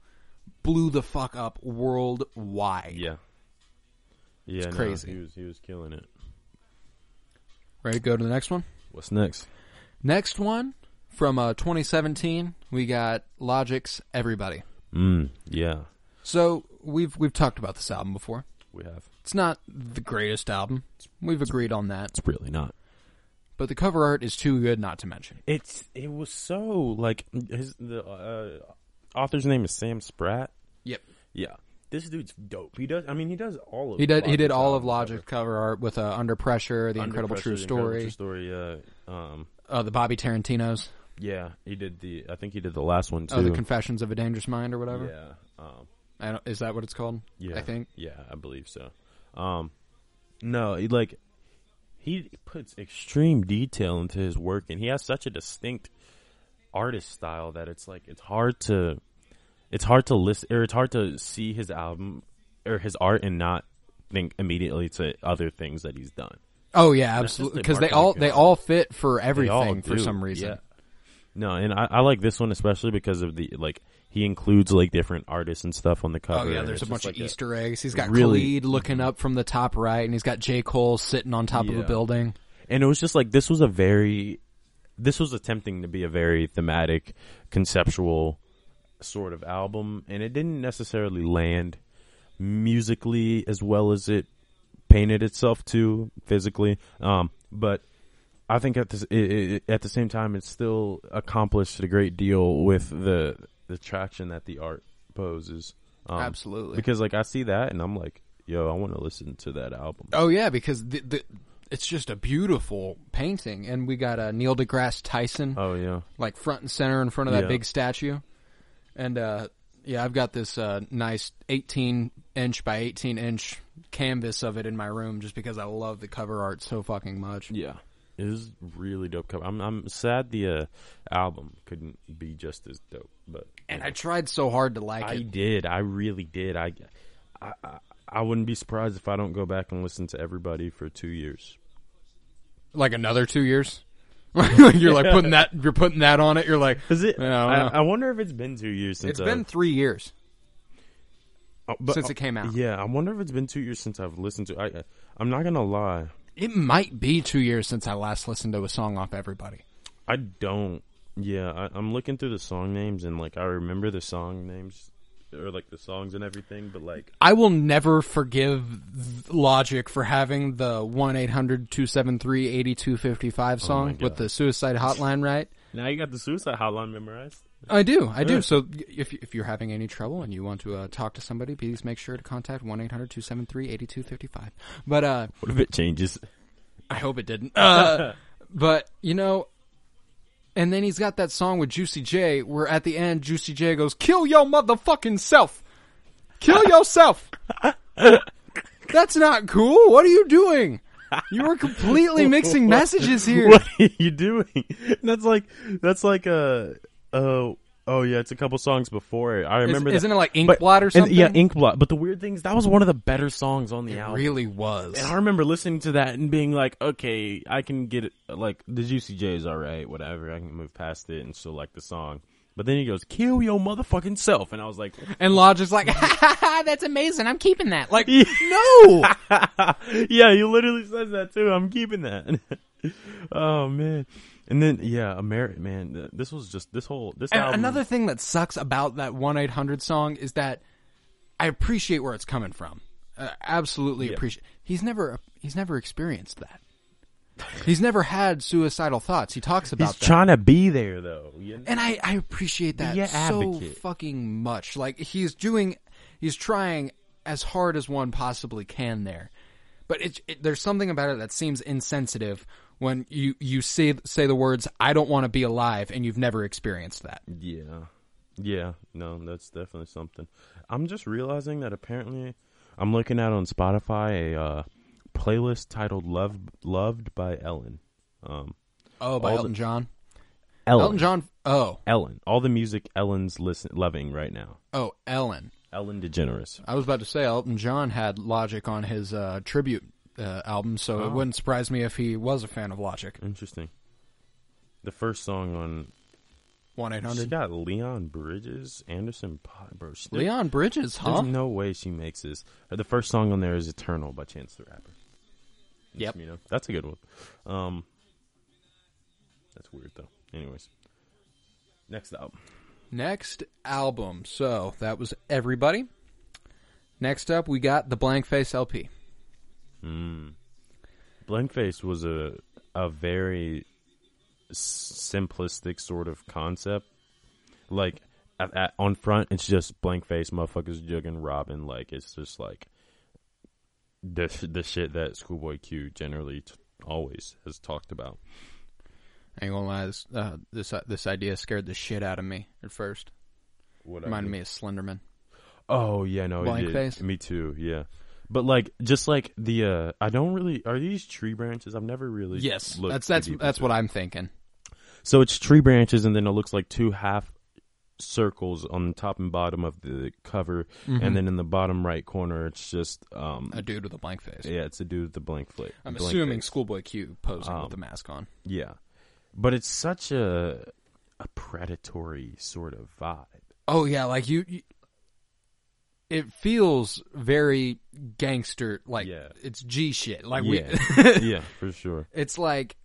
A: blew the fuck up worldwide.
B: Yeah. Yeah, no,
A: crazy.
B: he was he was killing it.
A: Ready to go to the next one?
B: What's next?
A: Next one from uh, 2017, we got Logic's "Everybody."
B: Mm, yeah,
A: So we've we've talked about this album before.
B: we have.
A: It's not the greatest album. We've agreed on that.
B: It's really not.
A: but the cover art is too good not to mention.
B: It's it was so like his the uh, author's name is Sam Spratt.
A: Yep.
B: Yeah, this dude's dope. He does. I mean, he does all of
A: He did. He did
B: Logic's
A: all of
B: albums
A: Logic
B: ever.
A: cover art with uh, Under Pressure, The
B: Under
A: Incredible
B: Pressure,
A: True
B: The
A: Story,
B: Incredible True Story. Yeah. Um.
A: Uh, the Bobby Tarantino's,
B: Yeah. He did the. I think he did the last one too.
A: oh, The Confessions of a Dangerous Mind, or whatever.
B: Yeah. Um,
A: I don't, is that what it's called?
B: yeah.
A: I think.
B: Yeah, I believe so. Um, no, he, like he puts extreme detail into his work, and he has such a distinct artist style that it's like it's hard to it's hard to listen or it's hard to see his album or his art and not think immediately to other things that he's done.
A: Oh yeah,
B: That's just
A: absolutely.
B: the
A: Because they
B: marketing
A: all they
B: guy.
A: all fit for
B: They all
A: everything for
B: do,
A: some reason.
B: yeah. No, and I, I like this one especially because of the like he includes like different artists and stuff on the
A: Oh
B: cover.
A: yeah,
B: and
A: there's
B: it's
A: a bunch
B: just like
A: of Easter eggs. He's got
B: really-
A: Khalid looking up from the top right, and he's got J Cole sitting on top of a
B: Yeah.
A: building.
B: and it was just like this was a very this was attempting to be a very thematic conceptual sort of album and it didn't necessarily land musically as well as it painted itself to physically um but i think at this i i at the same time it still accomplished a great deal with the the traction that the art poses um,
A: Absolutely.
B: because like i see that and i'm like yo i want to listen to that album
A: Oh yeah, because the, the it's just a beautiful painting, and we got uh, Neil deGrasse Tyson.
B: oh yeah
A: like front and center in front of that
B: Yeah.
A: big statue. And uh Yeah, I've got this uh, nice 18 inch by 18 inch canvas of it in my room just because I love the cover art so fucking much.
B: Yeah, it is really dope cover. I'm I'm sad the uh, album couldn't be just as dope, but
A: And I tried so hard to like
B: I
A: it.
B: did. I really did. I, I, I, I wouldn't be surprised if I don't go back and listen to everybody for two years.
A: Like another two years. you're like putting that. You're putting that on it. You're like,
B: Is it?
A: Yeah, I
B: I,
A: don't know.
B: I wonder if it's been two years since
A: it's been
B: I've-
A: three years.
B: oh, but-
A: since it came out.
B: Yeah, I wonder if it's been two years since I've listened to. I, I- I'm not gonna lie.
A: It might be two years since I last listened to a song off Everybody.
B: I don't. Yeah, I, I'm looking through the song names and like I remember the song names or like the songs and everything, but like
A: I will never forgive th- Logic for having the 1 800 273 8255 song
B: God.
A: with the suicide hotline, right?
B: now you got the suicide hotline memorized.
A: I do, I do. So y- if, if you're having any trouble and you want to uh, talk to somebody, please make sure to contact 1 800 273 8255. But uh,
B: What if it changes?
A: I hope it didn't. Uh, but, you know, and then he's got that song with Juicy J where at the end, Juicy J goes, Kill your motherfucking self! Kill yourself! That's not cool. What are you doing? You were completely mixing messages here.
B: What are you doing? That's like that's like a uh oh yeah, it's a couple songs before it. I remember
A: Is-
B: that.
A: isn't it like Ink
B: But-
A: Blot or
B: and-
A: something?
B: yeah, Inkblot. But the weird thing is that was one of the better songs on the
A: It
B: album.
A: really was.
B: And I remember listening to that and being like, okay, I can get it. Like, the Juicy J is all right, whatever. I can move past it and still like the song. But then he goes, kill your motherfucking self. And I was like,
A: And Logic's like, ha ha ha, that's amazing. I'm keeping that. Like,
B: Yeah.
A: no!
B: yeah, he literally says that too. I'm keeping that. oh, man. And then, yeah, American, man. th- This was just, this whole, this
A: And
B: album.
A: another thing that sucks about that 1 800 song is that I appreciate where it's coming from. Uh, absolutely appreciate. He's never he's never experienced that. he's never had suicidal thoughts. He talks about
B: He's
A: that.
B: trying to be there, though. You know?
A: and I, I appreciate that
B: Be a
A: so
B: advocate.
A: fucking much. Like he's doing he's trying as hard as one possibly can there. But it, it there's something about it that seems insensitive when you you say say the words I don't want to be alive and you've never experienced that.
B: Yeah. Yeah. No, that's definitely something. I'm just realizing that apparently I'm looking at on Spotify a uh, playlist titled Love Loved by Ellen. Um
A: Oh, by
B: All the-
A: Elton John.
B: Ellen.
A: Elton John Oh,
B: Ellen. All the music Ellen's listen loving right now.
A: oh, Ellen.
B: Ellen DeGeneres.
A: I was about to say Elton John had Logic on his uh, tribute uh, album, so
B: Oh.
A: it wouldn't surprise me if he was a fan of Logic.
B: Interesting. The first song on
A: One eight
B: she
A: hundred.
B: got Leon Bridges, Anderson Pot, bro. she-
A: Leon Bridges, huh?
B: There's no way she makes this. Uh, The first song on there is "Eternal" by Chance the Rapper.
A: Yep.
B: you know that's a good one. Um, that's weird though. Anyways, next album.
A: Next album. So that was everybody. Next up, we got the Blank Face LP.
B: Blankface was a a very s- simplistic sort of concept. Like at, at- on front, it's just blankface motherfuckers jugging Robin. Like it's just like the sh- the shit that Schoolboy Q generally t- always has talked about.
A: I ain't gonna lie, this uh, this, this idea scared the shit out of me at first.
B: What I
A: Reminded
B: do.
A: me of Slenderman.
B: Oh yeah, no, it
A: Blank
B: did.
A: face?
B: Me too. Yeah, but like just like the uh I don't really are these tree branches. I've never really
A: Yes,
B: looked
A: that's that's
B: too deep
A: that's
B: into
A: what
B: it.
A: I'm thinking.
B: So it's tree branches, and then it looks like two half circles on the top and bottom of the cover, and then in the bottom right corner, it's just um
A: Mm-hmm. A dude with a blank face.
B: yeah, it's a dude with the blank Oh. flip.
A: I'm assuming Schoolboy Q posing with the mask on.
B: yeah, but it's such a a predatory sort of vibe.
A: Oh yeah, like you. you it feels very gangster, like
B: Yeah.
A: it's G shit. Like we,
B: Yeah, yeah, for sure.
A: it's like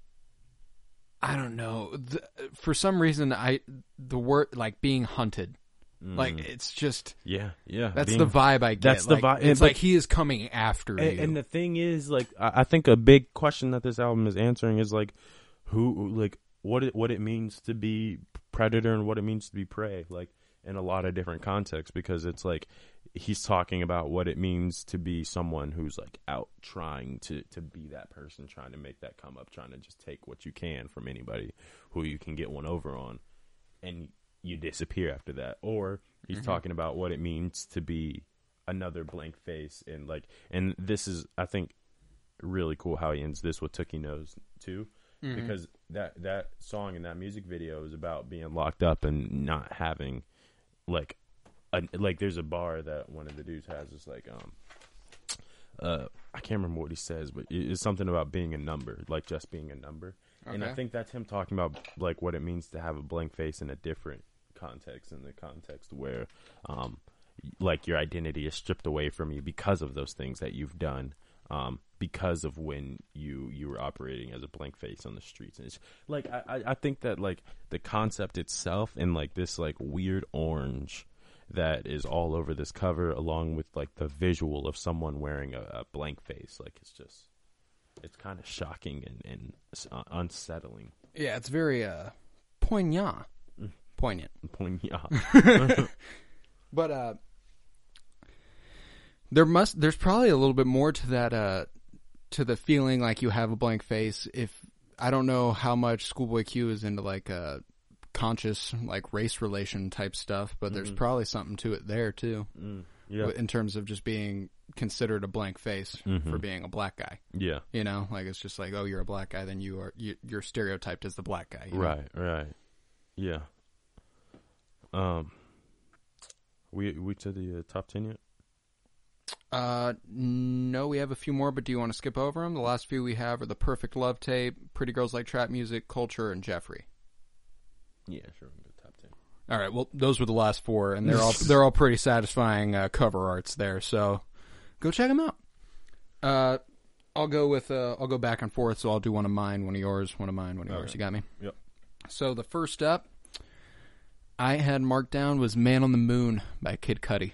A: I don't know. The, for some reason, I the word like being hunted, like it's just
B: Yeah, yeah.
A: that's
B: Mm. being-
A: the vibe I get.
B: that's the
A: Like,
B: vi-
A: It's
B: but-
A: like he is coming after
B: and,
A: you.
B: and the thing is like I, I think a big question that this album is answering is like who like what it what it means to be predator and what it means to be prey like in a lot of different contexts because it's like he's talking about what it means to be someone who's like out trying to to be that person trying to make that come up trying to just take what you can from anybody who you can get one over on and you disappear after that or He's talking about what it means to be another blank face and like and this is I think really cool how he ends this with Tookie Knows too. Because that that song and that music video is about being locked up and not having like a, like there's a bar that one of the dudes has is like um uh I can't remember what he says, but it- it's something about being a number, like just being a number. And I
A: Okay.
B: think that's him talking about like what it means to have a blank face in a different context, in the context where um like your identity is stripped away from you because of those things that you've done. Um, because of when you you were operating as a blank face on the streets, and it's like I, I- I think that like the concept itself and like this like weird orange that is all over this cover, along with like the visual of someone wearing a, a blank face. Like it's just, it's kind of shocking and, and s- uh, unsettling.
A: Yeah, it's very uh, poignant. Poignant.
B: Poignant.
A: But uh, there must there's probably a little bit more to that uh, to the feeling like you have a blank face. If I don't know how much Schoolboy Q is into like uh, conscious like race relation type stuff, but there's probably something to it there too.
B: Mm, yeah.
A: In terms of just being considered a blank face for being a black guy.
B: yeah.
A: You know, like it's just like, oh, you're a black guy, then you are you, you're stereotyped as the black guy. you know?
B: Right, right. Yeah. Um we we to the uh, top 10 yet?
A: Uh, no, we have a few more, but do you want to skip over them? The last few we have are the Perfect Love Tape, Pretty Girls Like Trap Music, Culture, and Jeffrey.
B: Yeah, sure, we can go top 10.
A: All right, well, those were the last four, and they're all they're all pretty satisfying uh, cover arts there. So go check them out. Uh, I'll go with uh, I'll go back and forth. So I'll do one of mine, one of yours, one of mine, one of yours. You got me.
B: Yep.
A: So the first up, I had marked down was "Man on the Moon" by Kid Cudi.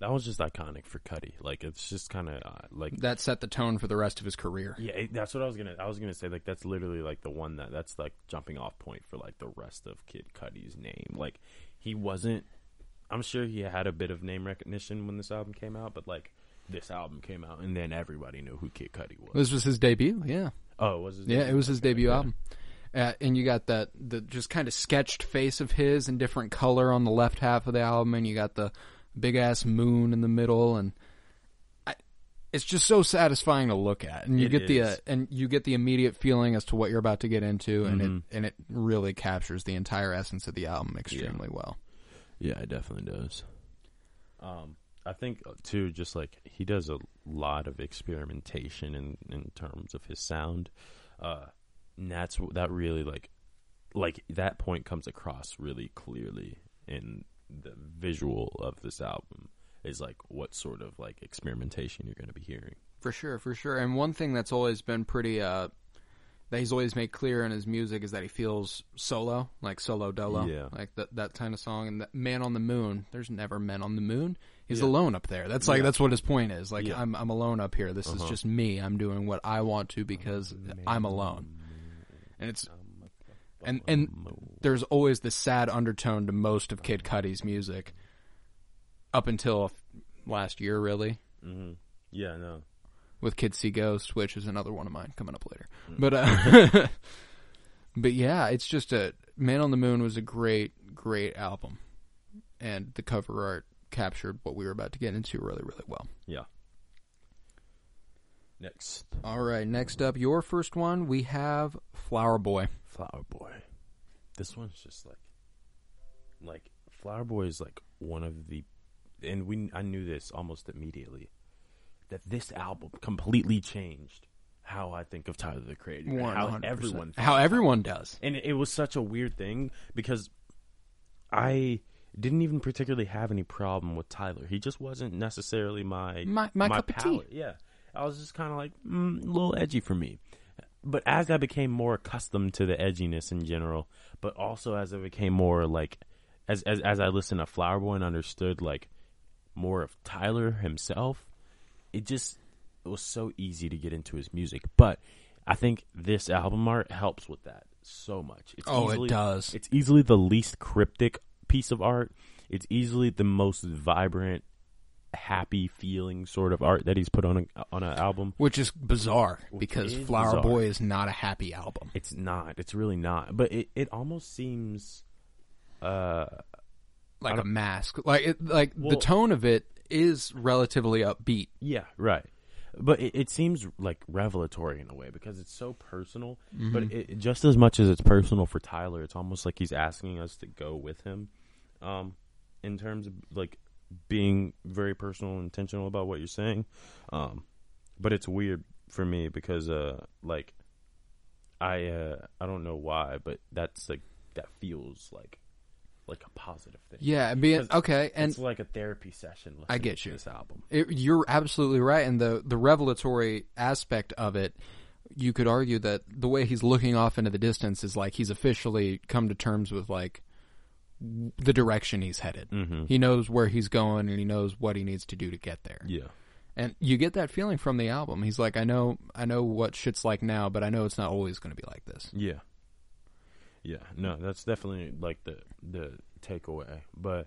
B: That was just iconic for Cuddy. Like it's just kind of uh, like
A: That set the tone for the rest of his career.
B: yeah, it- that's what I was going to I was going to say like that's literally like the one that that's like jumping off point for like the rest of Kid Cuddy's name. Like he wasn't I'm sure he had a bit of name recognition when this album came out, but like this album came out and then everybody knew who Kid Cudi was.
A: This was his debut. Yeah.
B: Oh, was his
A: Yeah,
B: name?
A: it was his
B: Okay,
A: debut
B: yeah.
A: album. Uh, and you got that the just kind of sketched face of his in different color on the left half of the album, and you got the big ass moon in the middle, and I, it's just so satisfying to look at. And you
B: It
A: get the uh,
B: is.
A: and you get the immediate feeling as to what you're about to get into, and it
B: Mm-hmm.
A: and it really captures the entire essence of the album extremely well.
B: Yeah, it definitely does. Um, I think uh, too, just like he does a lot of experimentation in in terms of his sound. Uh, and that's wh- that really like like that point comes across really clearly in the visual of this album is like what sort of like experimentation you're going to be hearing.
A: For sure, for sure. And one thing that's always been pretty uh that he's always made clear in his music is that he feels solo, like solo dolo,
B: Yeah.
A: like that that kind of song. And that man on the moon, there's never men on the moon. He's alone up there. That's like that's what his point is. Like
B: Yeah. Uh-huh.
A: I'm I'm alone up here. This is just me. I'm doing what I want to because I'm alone. And it's and and there's always this sad undertone to most of Kid Cudi's music up until last year, really
B: Yeah, no.
A: with Kids See Ghost, which is another one of mine coming up later. But uh, but yeah, it's just a Man on the Moon was a great great album, and the cover art captured what we were about to get into really really well.
B: Yeah. Next,
A: All right, next up, your first one we have Flower Boy.
B: Flower Boy. This one's just like, like Flower Boy is like one of the, and we I knew this almost immediately, that this album completely changed how I think of Tyler the Creator, and how
A: 100%.
B: everyone,
A: how everyone does.
B: and it was such a weird thing because I didn't even particularly have any problem with Tyler. He just wasn't necessarily my
A: My- my cup of tea.
B: palate. Yeah, I was just kind of like mm, a little edgy for me. But as I became more accustomed to the edginess in general, but also as I became more like, as as as I listened to Flower Boy and understood like more of Tyler himself, it just it was so easy to get into his music. But I think this album art helps with that so much. It's
A: Oh, it does.
B: It's easily the least cryptic piece of art. It's easily the most vibrant, happy feeling sort of art that he's put on a, on an album.
A: Which is bizarre because
B: is
A: Flower
B: bizarre.
A: Boy is not a happy album.
B: It's not. It's really not. But it, it almost seems Uh,
A: like a mask. Like it, like the
B: Well-
A: tone of it is relatively upbeat.
B: yeah, right. But it, it seems like revelatory in a way because it's so personal. But it, it- just as much as it's personal for Tyler, it's almost like he's asking us to go with him, um, in terms of like being very personal, and intentional about what you're saying. Um, but it's weird for me because uh, like I uh, I don't know why, but that's like that feels like like a positive thing.
A: Yeah, being
B: Because
A: okay, and
B: it's like a therapy session.
A: I
B: listening
A: get
B: to
A: you.
B: This album,
A: It, you're absolutely right, and the the revelatory aspect of it, you could argue that the way he's looking off into the distance is like he's officially come to terms with like w- the direction he's headed. Mm-hmm. He knows where he's going, and he knows what he needs to do to get there.
B: yeah.
A: And you get that feeling from the album. He's like, I know, I know what shit's like now, but I know it's not always going to be like this.
B: Yeah. Yeah. No, that's definitely like the the takeaway. But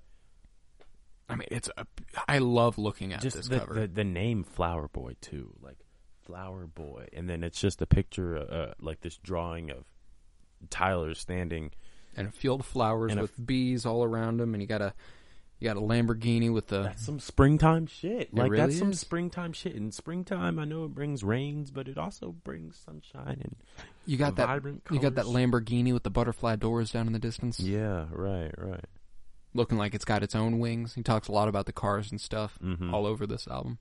A: I mean, it's a, I love looking at
B: just
A: this
B: the,
A: cover.
B: the the name Flower Boy too, like Flower Boy, and then it's just a picture, uh, like this drawing of Tyler standing.
A: and a field of flowers
B: And a-
A: with bees all around him, and you got a you got a Lamborghini with the
B: That's some springtime shit. Like
A: really
B: that's some
A: is.
B: springtime shit. And springtime, I know it brings rains, but it also brings sunshine and
A: you got that
B: vibrant
A: you got that
B: colors.
A: Lamborghini with the butterfly doors down in the distance,
B: Yeah. Right. Right.
A: looking like it's got its own wings. He talks a lot about the cars and stuff
B: Mhm.
A: all over this album.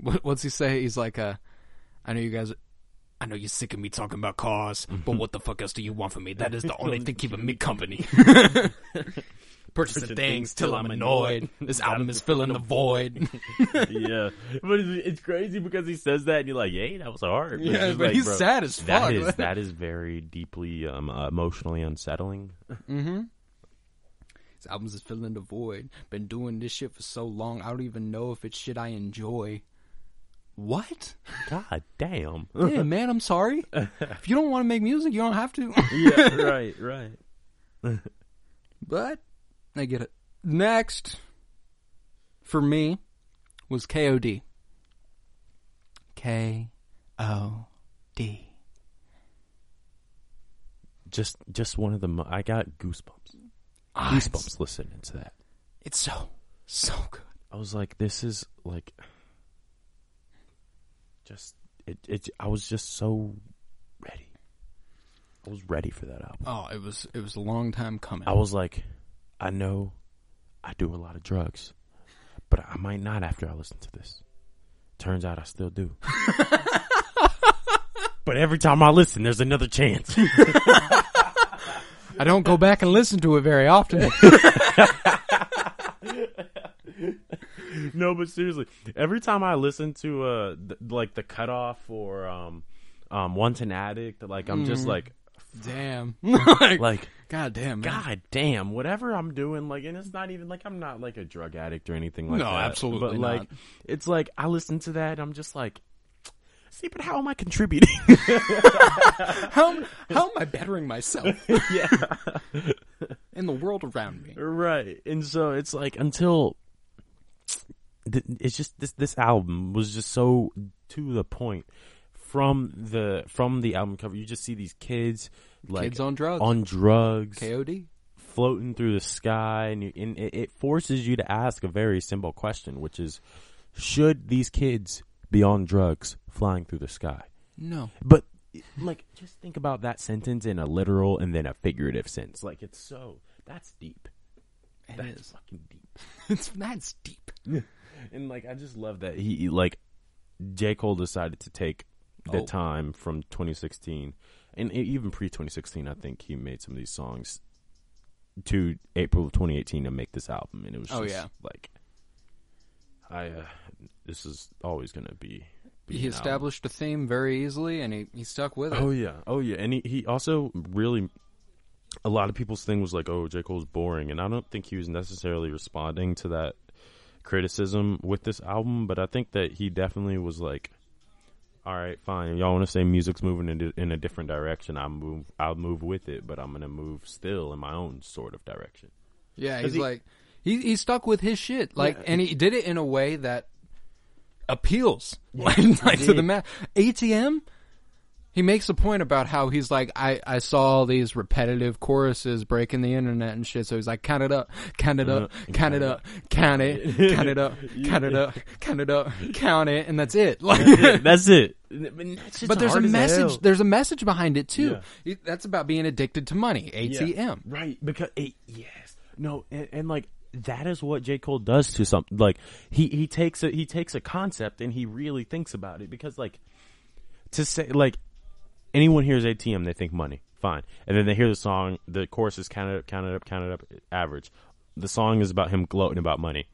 A: What, what's he say? He's like, uh, "I know you guys." I know you're sick of me talking about cars, but what the fuck else do you want from me? That is the only thing keeping me company. Purchasing things till I'm annoyed. This album is filling the void.
B: yeah, but it's, it's crazy because he says that and you're like, "Yay, that was hard." it's
A: Yeah,
B: just
A: but
B: like,
A: he's
B: bro,
A: sad as fuck.
B: That is that is very deeply um, uh, emotionally unsettling.
A: This album's is filling the void. Been doing this shit for so long, I don't even know if it's shit I enjoy. What?
B: God damn.
A: Yeah, man, I'm sorry. If you don't want to make music, you don't have to.
B: yeah, right, right.
A: but I get it. Next for me was KOD. K O D.
B: Just just one of the mo- I got goosebumps. Goosebumps listening to that.
A: It's so so good.
B: I was like, this is like just it. it I was just so ready. I was ready for that album.
A: Oh, it was it was a long time coming.
B: I was like, I know I do a lot of drugs, but I might not after I listen to this. Turns out I still do. but every time I listen, there's another chance.
A: I don't go back and listen to it very often.
B: no, but seriously, every time I listen to uh th- like the cutoff or um um once an addict, like I'm just like
A: Damn. like,
B: like
A: God damn, man.
B: God damn, whatever I'm doing, like, and it's not even like I'm not like a drug addict or anything like
A: No,
B: that.
A: absolutely
B: But like,
A: not.
B: it's like I listen to that, and I'm just like, see, but how am I contributing?
A: how how am I bettering myself
B: yeah,
A: and the world around me?
B: right. And so it's like until th- it's just this this album was just so to the point from the from the album cover. You just see these kids like
A: Kids on drugs.
B: on drugs.
A: KOD.
B: floating through the sky, and, you, and it, it forces you to ask a very simple question, which is, should these kids be on drugs flying through the sky?
A: No.
B: But like, just think about that sentence in a literal and then a figurative sense. Like, it's so that's deep.
A: It
B: that's
A: is.
B: fucking deep.
A: It's that's deep.
B: And like, I just love that he like J Cole decided to take the
A: Oh.
B: time from 2016 and e- even pre 2016. I think he made some of these songs to April of 2018 to make this album, and it was just
A: Oh, yeah.
B: like I. Uh, this is always gonna be. be
A: He
B: an album.
A: established a theme very easily, and he, he stuck with it.
B: Oh yeah, oh yeah, and he, he also really. A lot of people's thing was like, "Oh, J Cole's boring," and I don't think he was necessarily responding to that criticism with this album. But I think that he definitely was like, "All right, fine, y'all want to say music's moving in, di- in a different direction. I move, I'll move with it, but I'm gonna move still in my own sort of direction."
A: yeah,
B: 'cause
A: he's
B: he-
A: like he he stuck with his shit, like, and he did it in a way that appeals like, like, to the
B: did.
A: man. ATM. He makes a point about how he's like, I, I saw all these repetitive choruses breaking the internet and shit. So he's like, count it up, count it up,
B: Uh,
A: count it up, count it, count it up, count it up, count it up, count it, and that's it. Like,
B: That's it. That shit's
A: but there's a
B: hard as
A: message.
B: hell.
A: There's a message behind it too.
B: Yeah.
A: It- That's about being addicted to money. ATM.
B: Yeah, right, because it, yes, no, and, and like that is what J Cole does to something. Like he he takes a he takes a concept and he really thinks about it because like to say like anyone hears ATM they think money fine, and then they hear the song the chorus is counted up counted up counted up average. The song is about him gloating about money,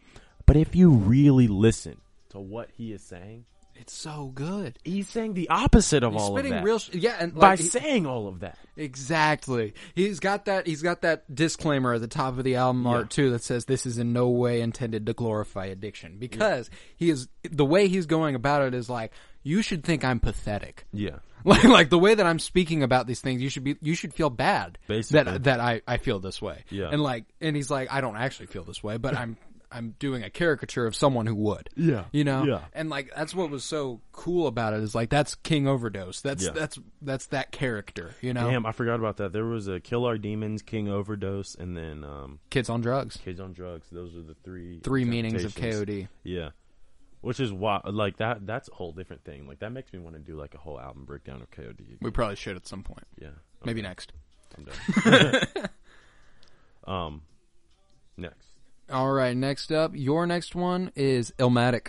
B: but if you really listen to what he is saying,
A: It's so good.
B: he's saying the opposite of
A: He's
B: all
A: spitting
B: of that
A: real. Sh- yeah, and
B: by
A: like, he-
B: saying all of that.
A: Exactly. He's got that. He's got that disclaimer at the top of the album art too that says this is in no way intended to glorify addiction because he is the way he's going about it is like you should think I'm pathetic.
B: Yeah.
A: Like, like the way that I'm speaking about these things, you should be, you should feel bad
B: Basically.
A: that that I, I feel this way.
B: Yeah.
A: and like, and he's like, I don't actually feel this way, but I'm I'm doing a caricature of someone who would.
B: Yeah.
A: you know.
B: Yeah.
A: and like that's what was so cool about it is like that's King Overdose. That's
B: Yeah.
A: that's that's that character. You know,
B: Damn, I forgot about that. There was a Kill Our Demons, King Overdose, and then um,
A: kids on drugs.
B: Kids on Drugs. Those are the three
A: Three meanings of
B: interpretations.
A: KOD.
B: Yeah, which is why like that. That's a whole different thing. Like that makes me want to do like a whole album breakdown of KOD. again.
A: We probably should at some point.
B: yeah, Oh, okay,
A: Maybe next.
B: I'm done. um, next
A: All right, next up, your next one is Illmatic.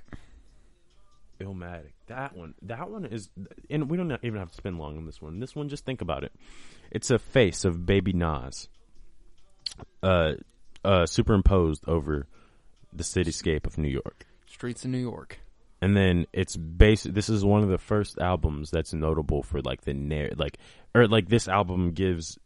B: Illmatic. That one. That one is, and we don't even have to spend long on this one. This one, just think about it. It's a face of Baby Nas, uh, uh, superimposed over the cityscape of New York.
A: Streets in New York.
B: and then it's basic. This is one of the first albums that's notable for like the narr- like or like this album gives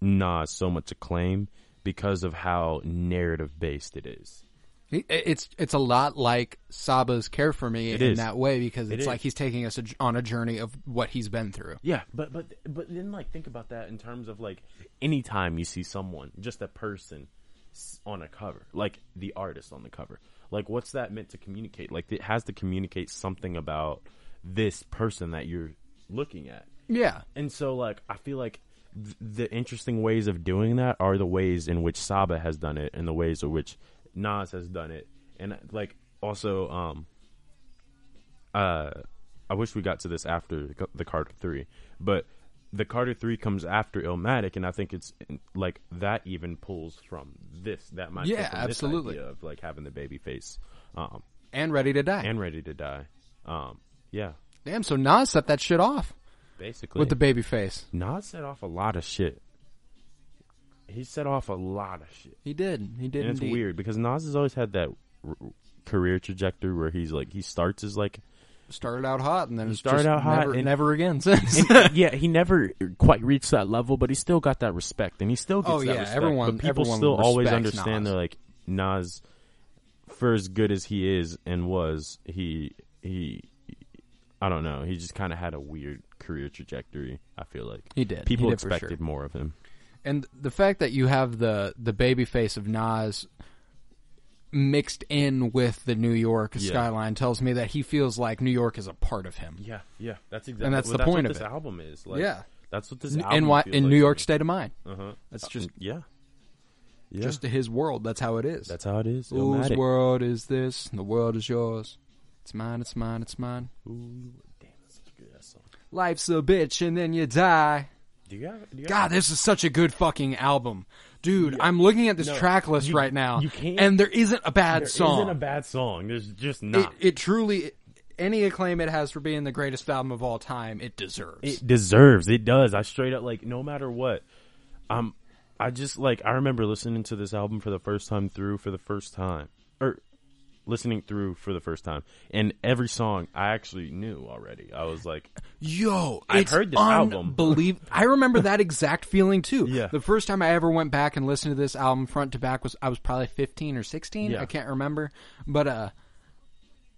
B: Nas so much acclaim because of how narrative based it is.
A: It- It's it's a lot like Saba's Care for Me
B: It
A: in
B: is.
A: that way because
B: It
A: it's
B: is.
A: like he's taking us a, on a journey of what he's been through.
B: Yeah, but but but then like think about that in terms of like anytime you see someone, just a person s- on a cover, like the artist on the cover, like what's that meant to communicate? Like it has to communicate something about this person that you're looking at.
A: Yeah,
B: And so, like, I feel like th- the interesting ways of doing that are the ways in which Saba has done it, and the ways in which Nas has done it, and like also, um, uh, I wish we got to this after the- the Carter Three, but the Carter Three comes after Illmatic, and I think it's like that even pulls from this that might
A: Yeah, absolutely.
B: idea of like having the baby face, um,
A: and Ready to Die.
B: and ready to die, um, yeah,
A: Damn, so Nas set that shit off
B: basically
A: with the baby face.
B: Nas set off a lot of shit. He set off a lot of shit,
A: He did. He did.
B: and it's
A: indeed.
B: weird because Nas has always had that r- career trajectory where he's like he starts as like
A: Started out hot and then it's
B: started
A: just
B: out hot
A: never,
B: and-
A: never again since.
B: uh, yeah he never quite reached that level, but he still got that respect, and he still gets
A: Oh,
B: that
A: yeah,
B: respect.
A: everyone-
B: but people
A: everyone
B: still always
A: respects
B: understand
A: Nas.
B: they're like Nas, for as good as he is and was, he he. I don't know. He just kind of had a weird career trajectory. I feel like
A: He did. He
B: People
A: did for sure.
B: expected more of him.
A: and the fact that you have the the baby face of Nas mixed in with the New York
B: Yeah.
A: skyline tells me that he feels like New York is a part of him.
B: Yeah, yeah, that's exactly.
A: that's
B: well,
A: the point
B: what
A: of
B: this
A: it.
B: album is. Like,
A: Yeah.
B: that's what this
A: In,
B: album
A: why-
B: feels
A: in
B: like
A: New
B: to
A: York
B: me.
A: state of mind.
B: Uh-huh.
A: That's just
B: Yeah, yeah.
A: just his world. That's how it is.
B: that's how it is.
A: Whose
B: Illmatic.
A: world is this? The world is yours. It's mine, it's mine, it's mine.
B: Ooh, damn, that's such a good ass song.
A: Life's a bitch and then you die.
B: Do you have? Do you have
A: God, this is such a good fucking album. Dude, I'm looking at this
B: No,
A: track list
B: you-
A: right now,
B: you can't-
A: and there isn't a bad
B: there
A: song.
B: isn't a bad song. There's just
A: it,
B: not. It,
A: it truly, any acclaim it has for being the greatest album of all time, it deserves.
B: deserves. It does. I straight up like no matter what. Um, I just like I remember listening to this album for the first time through for the first time or listening through for the first time, and every song I actually knew already. I was like,
A: Yo,
B: I've
A: it's
B: heard this album.
A: unbelie- I remember that exact feeling too.
B: Yeah.
A: The first time I ever went back and listened to this album front to back was I was probably 15 or 16.
B: Yeah.
A: I can't remember, but uh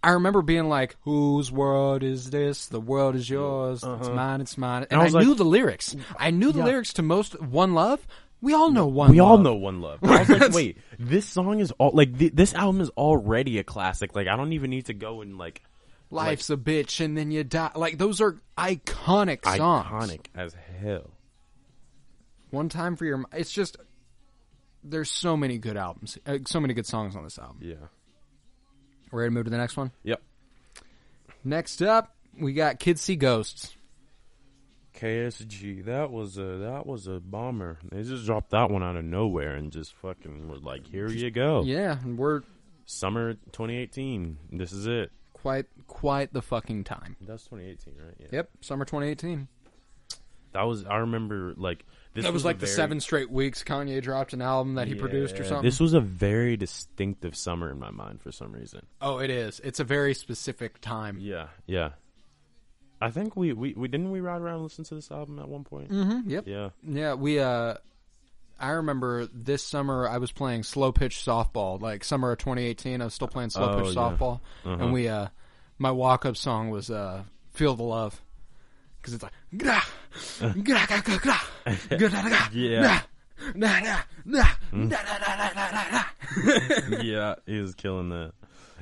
A: I remember being like, "Whose world is this? The world is yours. It's mine. It's mine." And,
B: Uh-huh. I
A: I,
B: was like-
A: knew the lyrics. I knew the
B: Yeah.
A: lyrics to most "One Love." We all know "One."
B: we
A: Love.
B: all know one love But i was like wait this song is all like th- this album is already a classic like i don't even need to go and like
A: life's a bitch and then you die. Like those are iconic songs.
B: Iconic as hell.
A: One time for your. M- It's just there's so many good albums, uh, so many good songs on this album.
B: Yeah.
A: We're ready to move to the next one.
B: Yep.
A: Next up, we got Kids See Ghosts.
B: KSG. That was a that was a bomber. They just dropped that one out of nowhere and just fucking was like, here you go.
A: Yeah, and we're
B: Summer 2018. This is it.
A: quite quite the fucking time.
B: That's 2018, right? Yeah.
A: Yep, summer 2018.
B: That was. I remember like this.
A: That was like
B: a
A: the
B: very-
A: seven straight weeks Kanye dropped an album that he produced or
B: Yeah,
A: something.
B: This was a very distinctive summer in my mind for some reason.
A: oh, it is. It's a very specific time.
B: Yeah. Yeah. I think we, we, we didn't we ride around and listen to this album at one point.
A: Mhm, yep.
B: Yeah.
A: Yeah, we uh I remember this summer I was playing slow pitch softball, like summer of 2018, I was still playing slow
B: Oh,
A: pitch
B: yeah. Uh-huh.
A: softball and we uh my walk-up song was uh Feel the Love cuz it's like "Gra, gra, gra, gra, gra, gra, gra, gra,
B: Yeah. Mm.
A: na, na, na, na, na, na, na, na, na, na."
B: yeah, he was killing that.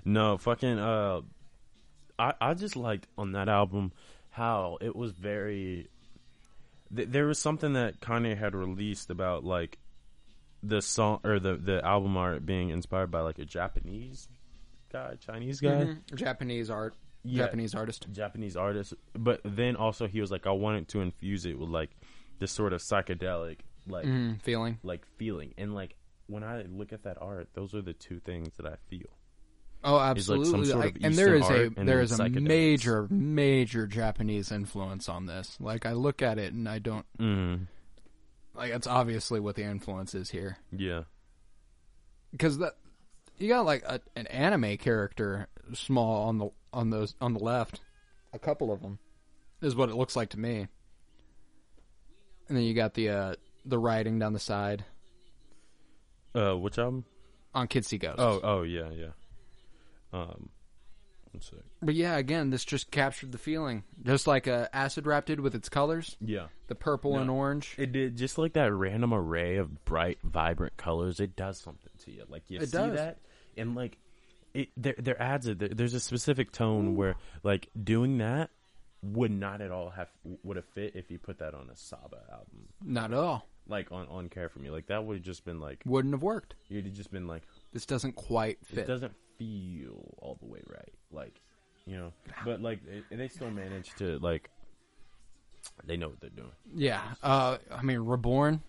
B: No, fucking. Uh, I I just liked on that album how it was very. Th- there was something that Kanye had released about like the song or the the album art being inspired by like a Japanese guy, Chinese guy.
A: Mm-hmm. Japanese art,
B: Yeah.
A: Japanese artist.
B: Japanese artist, but then also he was like, I wanted to infuse it with like this sort of psychedelic like
A: Mm, feeling.
B: like feeling, and like when I look at that art, those are the two things that I feel.
A: Oh,
B: is, like,
A: absolutely!
B: some sort
A: Like,
B: of
A: and there is
B: Eastern art
A: a
B: and
A: there
B: then
A: is a
B: psychedelics.
A: major major Japanese influence on this. Like I look at it and I don't
B: Mm,
A: like that's obviously what the influence is here
B: yeah.
A: because that you got like a, an anime character small on the on those on the left, a couple of them is what it looks like to me. And then you got the uh, the writing down the side
B: Uh, which album?
A: on Kitsy Ghost.
B: Oh, oh yeah, yeah. Um, one sec.
A: but yeah, again, this just captured the feeling, just like uh, acid rap did with its colors,
B: Yeah,
A: the purple and orange.
B: it did just like that random array of bright, vibrant colors. It does something to you. Like you
A: It
B: see
A: does.
B: that, and like it there there adds a there, there's a specific tone where like doing that would not at all have would have fit if you put that on a Saba album,
A: Not at all.
B: like on on Care for Me. Like that would have just been like
A: Wouldn't have worked.
B: you'd have just been like
A: This doesn't quite
B: it
A: fit.
B: doesn't feel all the way right like you know but like it, they still manage to like they know what they're doing
A: Yeah. Uh, I mean, Reborn.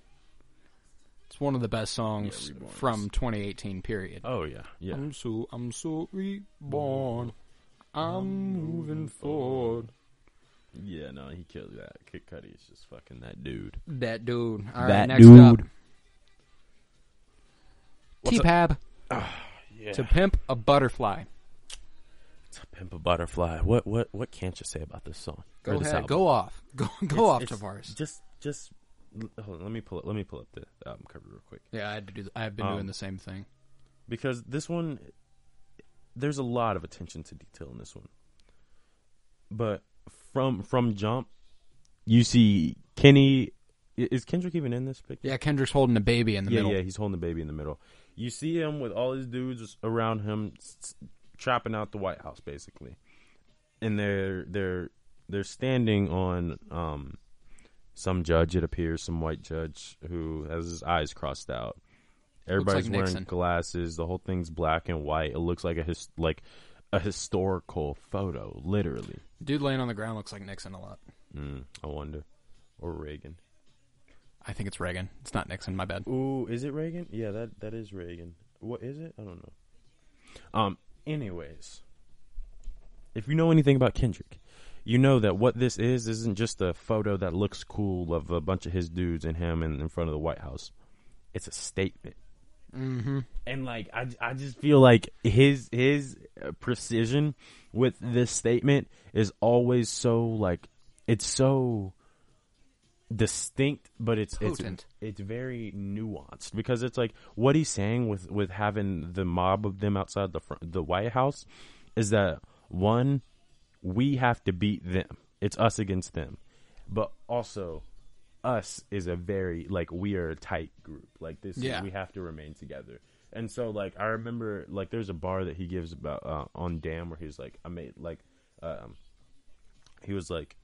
A: It's one of the best songs
B: Yeah, Reborn
A: from 2018. Period.
B: oh yeah yeah
A: I'm so I'm so reborn. I'm moving forward.
B: yeah no he killed that kid cuddy is just fucking that dude
A: That dude. All right,
B: That
A: next
B: dude.
A: up. T-Pab
B: yeah
A: to pimp a butterfly.
B: to pimp a butterfly what what what can't you say about this song
A: Go
B: Or this
A: ahead,
B: album?
A: go off, go go off,
B: It's-
A: Tavares.
B: just just hold on, let me pull it let me pull up the album cover real quick
A: Yeah, I had to do. th- I've been
B: Um,
A: doing the same thing.
B: because this one there's a lot of attention to detail in this one but from from jump you see kenny i- is kendrick even in this picture
A: Yeah, Kendrick's holding a baby in the
B: yeah,
A: middle.
B: yeah, he's holding the baby in the middle you see him with all his dudes around him s- s- trapping out the white house basically and they're they're they're standing on um some judge it appears some white judge who has his eyes crossed out everybody's
A: like
B: wearing
A: Nixon.
B: glasses the whole thing's black and white it looks like a his like a historical photo literally
A: Dude laying on the ground looks like Nixon a lot.
B: mm, i wonder or reagan
A: I think it's Reagan. It's not Nixon. My bad.
B: Ooh, is it Reagan? Yeah, that that is Reagan. What is it? I don't know. Um. Anyways, if you know anything about Kendrick, you know that what this is isn't just a photo that looks cool of a bunch of his dudes and him in, in front of the White House. It's a statement. Mm-hmm. And like, I, I just feel like his his uh, precision with this statement is always so like it's so distinct, but it's
A: Potent.
B: it's it's very nuanced because it's like what he's saying with with having the mob of them outside the front, the White House is that one we have to beat them. It's us against them. But also, us is a very like we are a tight group. Like this,
A: Yeah.
B: we have to remain together. And so, like I remember, like there's a bar that he gives about uh, on Dam where he's like, I made like Um, he was like,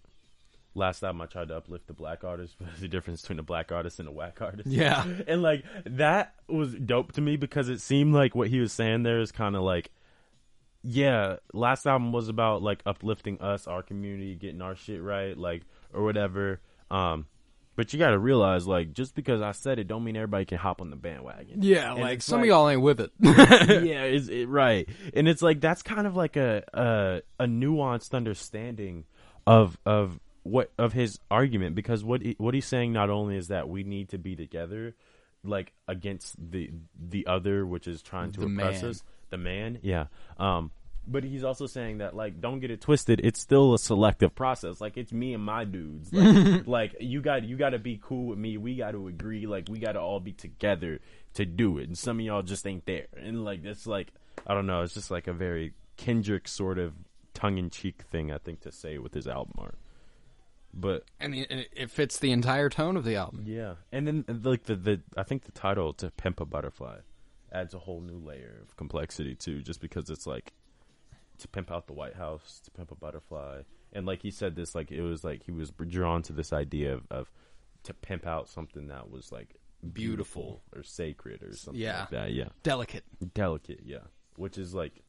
B: last time I tried to uplift the black artist, but there's a difference between a black artist and a whack artist.
A: Yeah.
B: And like that was dope to me because it seemed like what he was saying there is kind of like, yeah, last album was about like uplifting us, our community, getting our shit right, like or whatever. Um, but you got to realize like just because I said it, don't mean everybody can hop on the bandwagon.
A: Yeah,
B: And
A: like
B: it's
A: some
B: like-
A: of y'all ain't with it.
B: yeah, is it right? And it's like that's kind of like a a, a nuanced understanding of of what of his argument because what he, what he's saying not only is that we need to be together like against the the other which is trying to
A: The
B: oppress
A: man.
B: us the man yeah um but he's also saying that like don't get it twisted it's still a selective process like it's me and my dudes like, like you got you got to be cool with me we got to agree like we got to all be together to do it and some of y'all just ain't there and like that's like i don't know it's just like a very kendrick sort of tongue-in-cheek thing i think to say with his album art but
A: and it, and it fits the entire tone of the album.
B: yeah, and then uh, like the, the I think the title to Pimp a Butterfly adds a whole new layer of complexity too, just because it's like to pimp out the White House, to pimp a butterfly, and like he said this, like it was like he was drawn to this idea of, of to pimp out something that was like beautiful or sacred or something
A: Yeah.
B: like that. Yeah,
A: Delicate.
B: delicate. Yeah, which is like.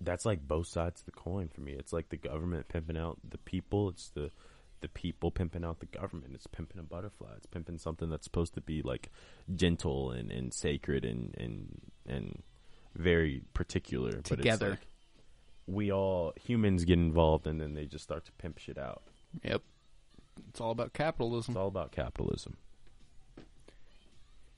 B: That's like both sides of the coin for me. It's like the government pimping out the people. It's the the people pimping out the government. It's pimping a butterfly. It's pimping something that's supposed to be like gentle and, and sacred and and and very particular.
A: Together.
B: But it's like we all humans get involved, and then they just start to pimp shit out.
A: Yep. It's all about
B: It's
A: capitalism.
B: all about capitalism.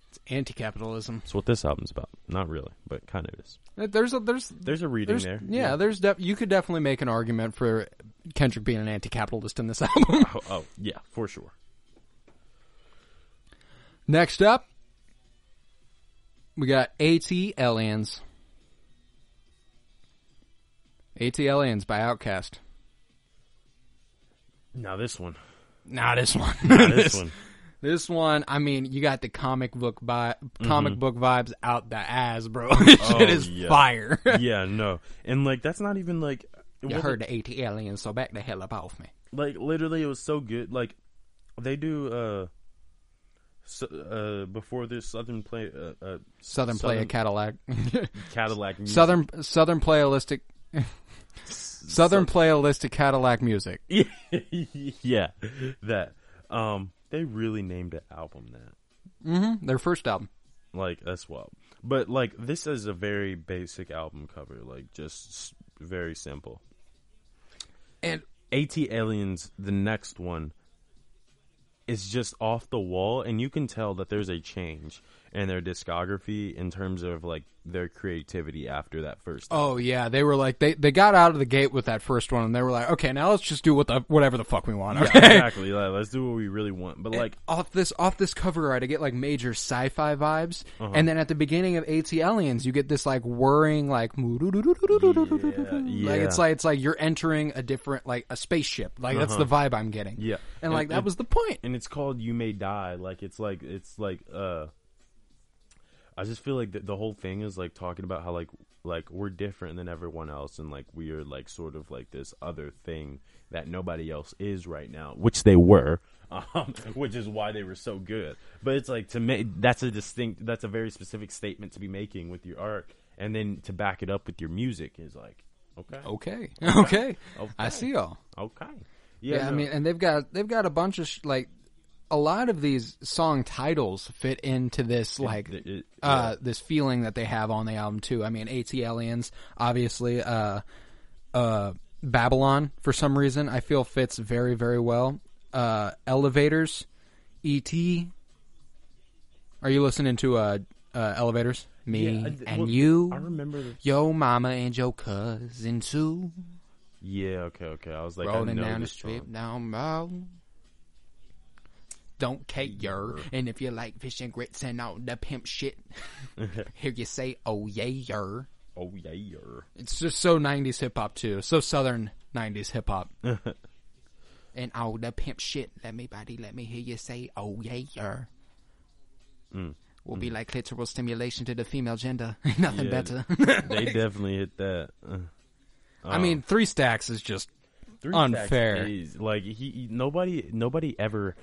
D: It's anti-capitalism.
B: That's what this album's about. Not really, but kind of is.
A: There's a there's
B: There's a reading
A: there's
B: there.
A: yeah, there's def- you could definitely make an argument for Kendrick being an anti-capitalist in this album.
B: Oh, oh yeah, for sure.
A: Next up, we got ATLNs. ATLNs by Outcast.
B: Now this one.
A: Nah, this one.
B: this one.
A: This one, I mean, you got the comic book vi- comic book vibes out the ass, bro. This
B: Oh,
A: shit is
B: yeah.
A: fire.
B: yeah, no. And like that's not even like it
A: you
B: wasn't-
A: heard the AT aliens, so back the hell up off me.
B: like literally it was so good. Like they do uh so, uh before this southern play uh, uh
A: Southern, play a Cadillac.
B: Cadillac music.
A: Southern Southern playalistic. Southern playalistic Cadillac music.
B: yeah, that um they really named an album that.
A: Their first album.
B: like that's wild. But like this is a very basic album cover, like just s- very simple.
A: And-
B: AT Aliens, the next one, is just off the wall, and you can tell that there's a change in their discography in terms of like their creativity after that first.
A: Oh yeah, they were like they, they got out of the gate with that first one, and they were like, okay, now let's just do what the whatever the fuck we want. Okay?
B: exactly. Like, let's do what we really want. But like,
A: off this off this cover art, I get like major sci-fi vibes,
B: Uh-huh.
A: and then at the beginning of AT Aliens, you get this like whirring like like
B: yeah.
A: it's like it's like you're entering a different like a spaceship. Like that's the vibe I'm getting.
B: Uh-huh. Yeah.
A: and like
B: And-
A: that
B: and-
A: was the point.
B: and it's called "You May Die." Like it's like it's like uh, I just feel like the, the whole thing is like talking about how like like we're different than everyone else, and like we are like sort of like this other thing that nobody else is right now, which they were. Um, which is why they were so good, but it's like to me that's a distinct, that's a very specific statement to be making with your art, and then to back it up with your music is like, okay,
A: Okay, okay, I
B: Okay.
A: see y'all.
B: okay,
A: Yeah, I
B: no.
A: mean, and they've got they've got a bunch of sh- like a lot of these song titles fit into this like
B: it- it-
A: uh this feeling that they have on the album too. I mean, AT Aliens obviously uh uh Babylon for some reason I feel fits very very well. Uh Elevators ET Are you listening to uh, uh Elevators? Me
B: Yeah, I d-
A: and
B: well,
A: you
B: I remember the
A: Yo mama and your cousin too
B: Yeah, okay, okay. I was like, I
A: rolling
B: know
A: down the
B: this
A: strip
B: song.
A: down road. Don't care, and if you like fish and grits and all the pimp shit, hear you say "oh yeah, yer."
B: Oh yeah, yeah.
A: It's just so '90s hip hop too, so southern '90s hip hop, and all the pimp shit. Let me body, let me hear you say "oh yeah, yer." Mm. Will be like clitoral stimulation to the female gender, nothing
B: Yeah.
A: better.
B: they definitely hit that. Uh,
A: I mean, three stacks is just
B: Three
A: unfair.
B: stacks is- like he, he- nobody nobody ever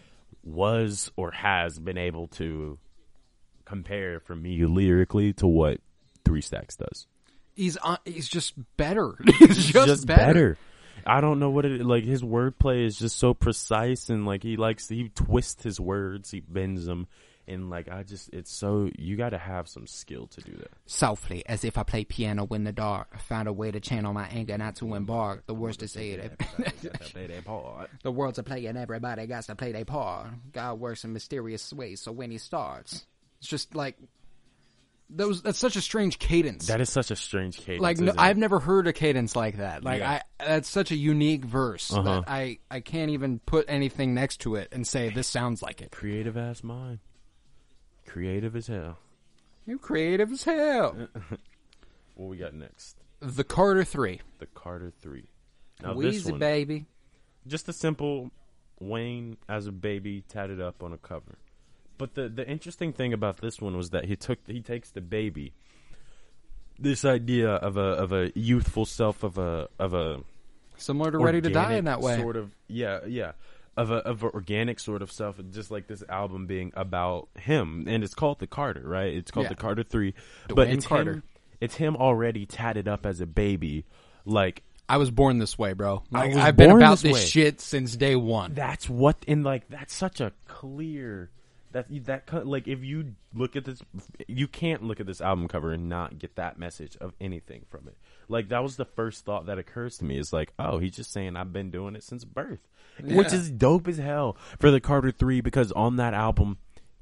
B: was or has been able to compare for me lyrically to what Three Stacks does.
A: He's on, he's just better. he's just, better.
B: I don't know what it like. His wordplay is just so precise, and like he likes he twists his words, he bends them, and like I just it's so you got to have some skill to do that.
E: softly, as if I play piano in the dark. I found a way to channel my anger, not to embark. The worst is it. the world's a play, and everybody got to play their part. God works in mysterious ways, so when he starts,
A: It's just like those. That's such a strange cadence.
B: That is such a strange case.
A: like no, I've never heard a cadence like that. Like
B: Yeah. Uh-huh.
A: I, that's such a unique verse that I I can't even put anything next to it and say this sounds like it.
B: creative ass mind, creative as hell.
A: You creative as hell.
B: Uh, What we got next?
A: The Carter Three,
B: The Carter Three. Now this
A: Wheezy
B: one,
A: baby.
B: just a simple Wayne as a baby tatted up on a cover. But the the interesting thing about this one was that he took he takes the baby. This idea of a of a youthful self of a of a
A: Similar to Ready to Die in
B: organic
A: that way.
B: Sort of, yeah, yeah. Of a of an organic sort of stuff, just like this album being about him, and it's called the Carter, right? It's called
A: Yeah.
B: the Carter Three, but
A: Dwayne
B: it's
A: Carter.
B: him. It's him already tatted up as a baby, like
A: I was born this way, bro.
B: I
A: Like,
B: was
A: I've been
B: born
A: about
B: this
A: this
B: way.
A: shit since day one.
B: that's what and like that's such a clear that that co- like if you look at this you can't look at this album cover and not get that message of anything from it like that was the first thought that occurs to me is like oh he's just saying i've been doing it since birth which is dope as hell for the carter 3 because on that album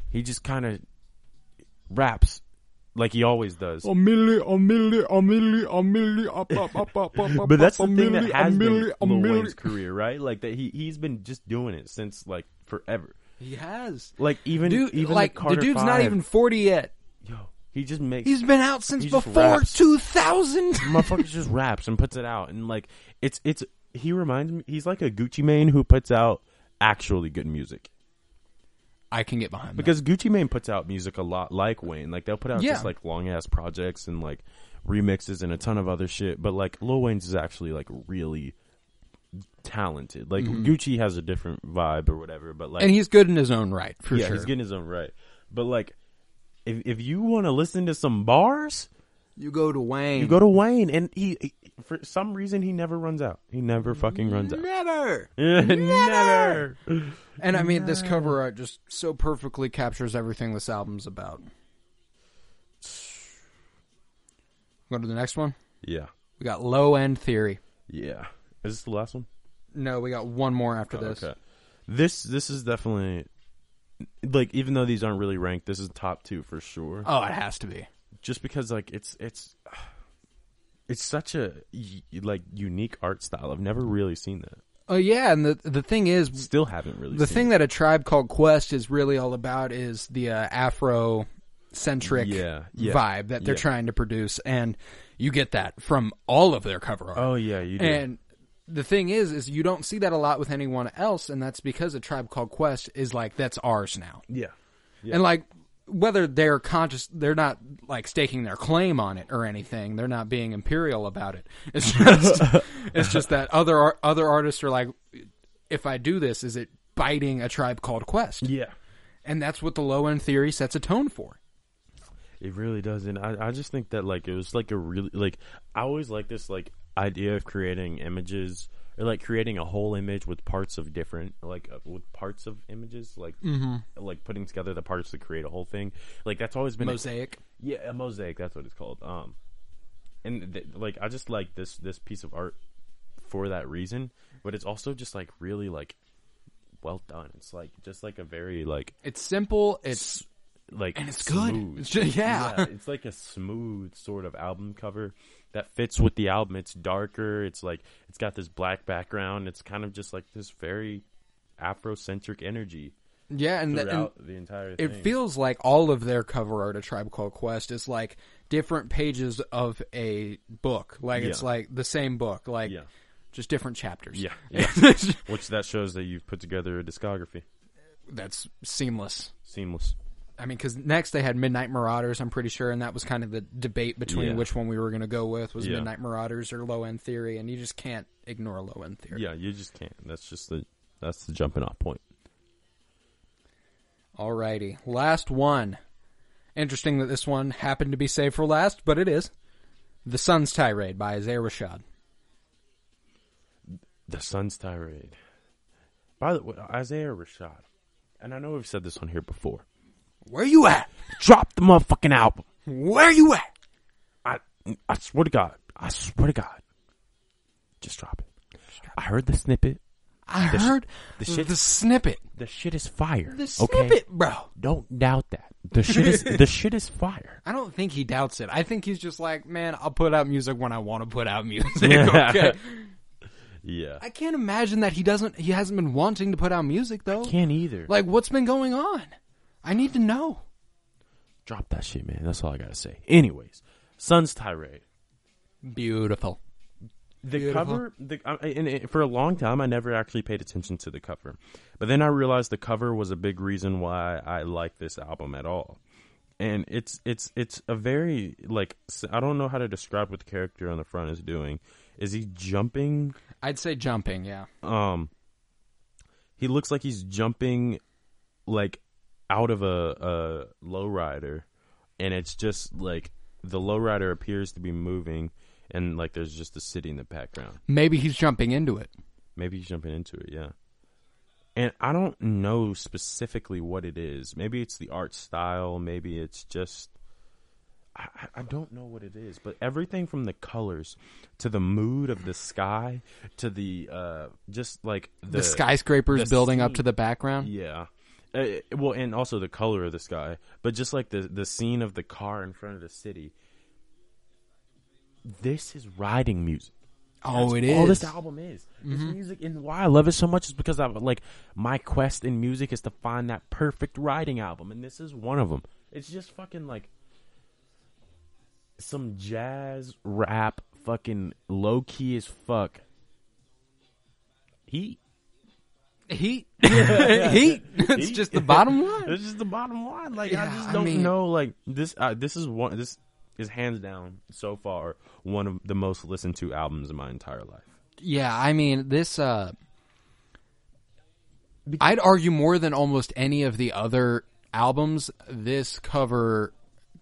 B: he just kind of raps like he always does but that's the thing that has been Lil Wayne's career, right? Like that he he's been just doing it since like forever.
A: He has.
B: Like even
A: Dude,
B: even
A: like
B: the, Carter
A: dude's
B: Five,
A: not even forty yet.
B: Yo, he just makes
A: He's been out since
B: He just
A: before
B: raps.
A: two thousand.
B: motherfuckers just raps and puts it out, and like it's it's he reminds me he's like a Gucci Mane who puts out actually good music.
A: I can get behind
B: Because Gucci Mane puts out music a lot like Wayne. Like they'll put out
A: Yeah.
B: just like long ass projects and like remixes and a ton of other shit. But like Lil Wayne's is actually like really talented. Like Gucci has a different vibe or whatever. But like
A: Mm-hmm. and he's good in his own right for
B: yeah,
A: sure.
B: he's getting his own right. But like if if you want to listen to some bars,
A: You go to Wayne.
B: you go to Wayne and he, he- for some reason he never runs out. He never fucking runs out.
A: Never.
B: never.
A: And I mean, this cover art just so perfectly captures everything this album's about. Go to the next one.
B: Yeah.
A: We got Low End Theory.
B: Yeah. Is this the last one?
A: No, we got one more after this.
B: Okay. This this is definitely like even though these aren't really ranked, this is top two for sure.
A: Oh, it has to be.
B: Just because like it's it's it's such a y- like unique art style. I've never really seen that.
A: Oh yeah, and the the thing is,
B: Still haven't really.
A: the
B: seen
A: thing
B: it.
A: that a tribe called Quest is really all about is the uh, Afro centric
B: Yeah, yeah,
A: vibe that they're
B: yeah.
A: trying to produce, and you get that from all of their cover art.
B: Oh yeah, you do.
A: And the thing is, is you don't see that a lot with anyone else, and that's because a tribe called Quest is like that's ours now,
B: yeah.
A: and like whether they're conscious, they're not like staking their claim on it or anything. They're not being imperial about it. It's just, it's just that other ar- other artists are like, if I do this, is it biting a tribe called Quest?
B: Yeah.
A: And that's what the low end theory sets a tone for.
B: It really does, and I, I just think that like it was like a really like I always like this like idea of creating images or like creating a whole image with parts of different like uh, with parts of images like
A: Mm-hmm.
B: like putting together the parts to create a whole thing. Like that's always been a-
A: Mosaic.
B: yeah, a mosaic. That's what it's called. Um, and th- like I just like this this piece of art for that reason, but it's also just like really like well done. It's like just like a very like
A: It's simple. It's
B: like and
A: it's good. It's ju- yeah.
B: it's like a smooth sort of album cover that fits with the album. It's darker. It's like it's got this black background. It's kind of just like this very Afrocentric energy
A: yeah, and, the, and
B: throughout the entire thing.
A: it feels like all of their cover art of Tribe Called Quest is like different pages of a book. Like it's
B: Yeah.
A: like the same book, like
B: Yeah.
A: just different chapters.
B: yeah, yeah. which that shows that you've put together a discography.
A: that's seamless.
B: Seamless.
A: I mean, because next they had Midnight Marauders, I'm pretty sure, and that was kind of the debate between
B: Yeah.
A: which one we were going to go with was
B: Yeah.
A: Midnight Marauders or Low End Theory, and you just can't ignore Low End Theory.
B: Yeah, you just can't. That's just the that's the jumping off point.
A: Alrighty, last one. Interesting that this one happened to be saved for last, but it is. The Sun's Tirade by Isaiah Rashad.
B: The Sun's tirade. By the way, Isaiah Rashad, and I know we've said this on here before.
A: Where you at?
B: Drop the motherfucking album.
A: Where you at?
B: I I swear to God. I swear to God. Just drop it. I heard the snippet.
A: I
B: sh-
A: heard
B: the shit-
A: the snippet.
B: The shit is fire.
A: The
B: okay?
A: snippet, bro.
B: Don't doubt that. The shit is the shit is fire.
A: I don't think he doubts it. I think he's just like, man, I'll put out music when I want to put out music.
B: Yeah.
A: Okay.
B: Yeah.
A: I can't imagine that he doesn't. He hasn't been wanting to put out music though.
B: Can't either.
A: Like, what's been going on? I need to know.
B: Drop that shit, man. That's all I gotta say. Anyways, Sun's tirade.
A: Beautiful.
B: The
A: Beautiful.
B: cover, the, I, and it, for a long time, I never actually paid attention to the cover, but then I realized the cover was a big reason why I like this album at all. And it's it's it's a very like s- I don't know how to describe what the character on the front is doing. Is he jumping?
A: I'd say jumping. Yeah.
B: Um, he looks like he's jumping, like out of a a lowrider, and it's just like the lowrider appears to be moving, and like there's just a city in the background.
A: Maybe he's jumping into it.
B: Maybe he's jumping into it, yeah. And I don't know specifically what it is. Maybe it's the art style. Maybe it's just. I, I- I don't know what it is, but everything from the colors to the mood of the sky to the uh, just like
A: The,
B: the,
A: skyscrapers
B: the
A: building up
B: scene.
A: to the background.
B: Yeah. Uh, well, and also the color of the sky, but just like the the scene of the car in front of the city. This is riding music.
A: oh, it
B: That's
A: is. Mm-hmm.
B: All this album is. This music and why I love it so much is because I like my quest in music is to find that perfect riding album, and this is one of them. It's just fucking like some jazz rap, fucking low key as fuck. Heat.
A: Heat. Heat. It's
B: Heat.
A: just the bottom line.
B: It's just the bottom line. Like I
A: Yeah,
B: just
A: I
B: don't
A: mean-
B: know. Like this. Uh, this is one. This is hands down so far one of the most listened to albums in my entire life.
A: Yeah, I mean this. uh I'd argue more than almost any of the other albums. This cover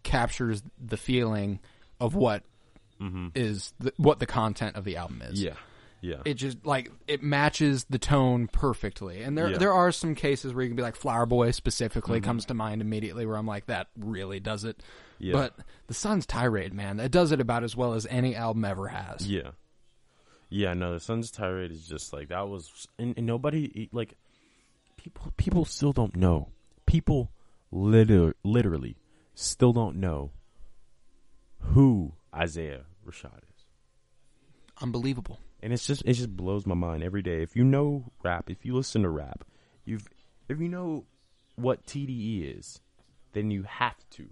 A: captures the feeling of what is the, what the content of the album is.
B: Mm-hmm. Yeah.
A: it just like it matches the tone perfectly. And there
B: Yeah. Mm-hmm.
A: there are some cases where you can be like Flower Boy specifically comes to mind immediately where I'm like that really does it.
B: Yeah.
A: But the Sun's Tirade, man, that does it about as well as any album ever has.
B: Yeah. Yeah, no, the Suns tirade is just like that was and, and nobody e, like people people still don't know. People liter- literally still don't know who Isaiah Rashad is.
A: Unbelievable.
B: And it's just it just blows my mind every day. If you know rap, if you listen to rap, you've if you know what TDE is, then you have to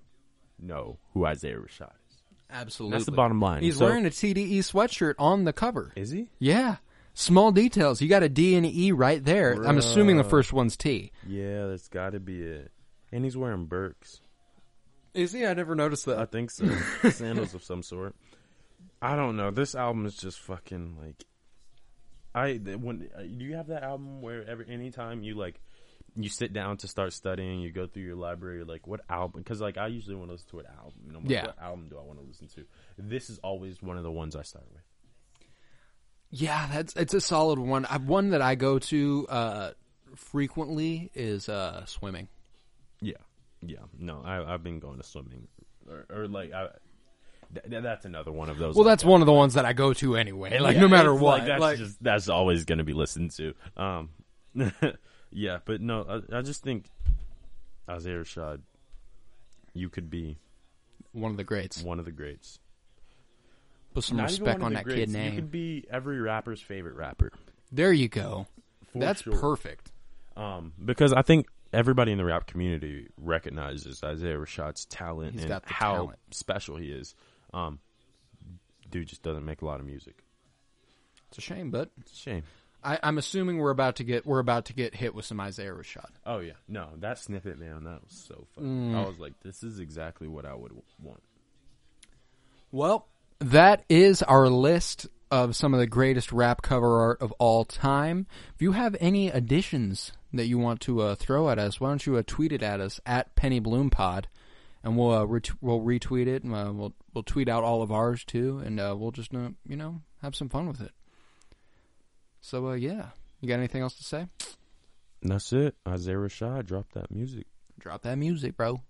B: know who Isaiah Rashad is.
A: Absolutely.
B: That's the bottom line.
A: He's
B: So-
A: wearing a TDE sweatshirt on the cover.
B: Is he?
A: Yeah. Small details. You got a D and an E right there. I'm assuming the first one's T.
B: Yeah, that's got to be it. And he's wearing Burks.
A: Is he? I never noticed
B: I think so. Sandals of some sort. I don't know. This album is just fucking like. I th- when uh, do you have that album where every anytime you like you sit down to start studying, you go through your library, like what album? Because like I usually want to listen to an album. And I'm like,
A: Yeah.
B: What album do I want to listen to? This is always one of the ones I start with.
A: Yeah, that's it's a solid one. I, one that I go to uh, frequently is uh, swimming.
B: Yeah, yeah. No, I, I've been going to swimming, or, or like I. Th- th- that's another one of those.
A: Well,
B: like,
A: that's one of the ones that I go to anyway. Like
B: Yeah,
A: no matter
B: it's
A: what,
B: like, that's
A: like-
B: just that's always going to be listened to. Um, yeah, but no, I, I just think Isaiah Rashad, you could be
A: one of the greats.
B: one of the greats.
A: Put some
B: Not even
A: respect
B: one of
A: on
B: the
A: that
B: greats,
A: kid
B: You could
A: name.
B: be every rapper's favorite rapper.
A: There you go.
B: For
A: that's
B: sure.
A: perfect.
B: Um, because I think everybody in the rap community recognizes Isaiah Rashad's talent
A: He's
B: and
A: got the
B: how
A: talent.
B: special he is. Um, dude just doesn't make a lot of music.
A: It's a shame, but
B: It's a shame.
A: I, I'm assuming we're about to get we're about to get hit with some Isaiah Rashad.
B: Oh yeah, no, that snippet, man, that was so fun. I was like, this is exactly what I would w- want.
A: Well, that is our list of some of the greatest rap cover art of all time. If you have any additions that you want to uh, throw at us, why don't you uh, tweet it at us at Penny Bloom Pod, and we'll uh, ret- we'll retweet it and uh, we'll we'll tweet out all of ours too, and uh, we'll just uh, you know have some fun with it. So uh, yeah, you got anything else to say?
B: And that's it. Isaiah Rashad dropped that music.
A: Drop that music, bro.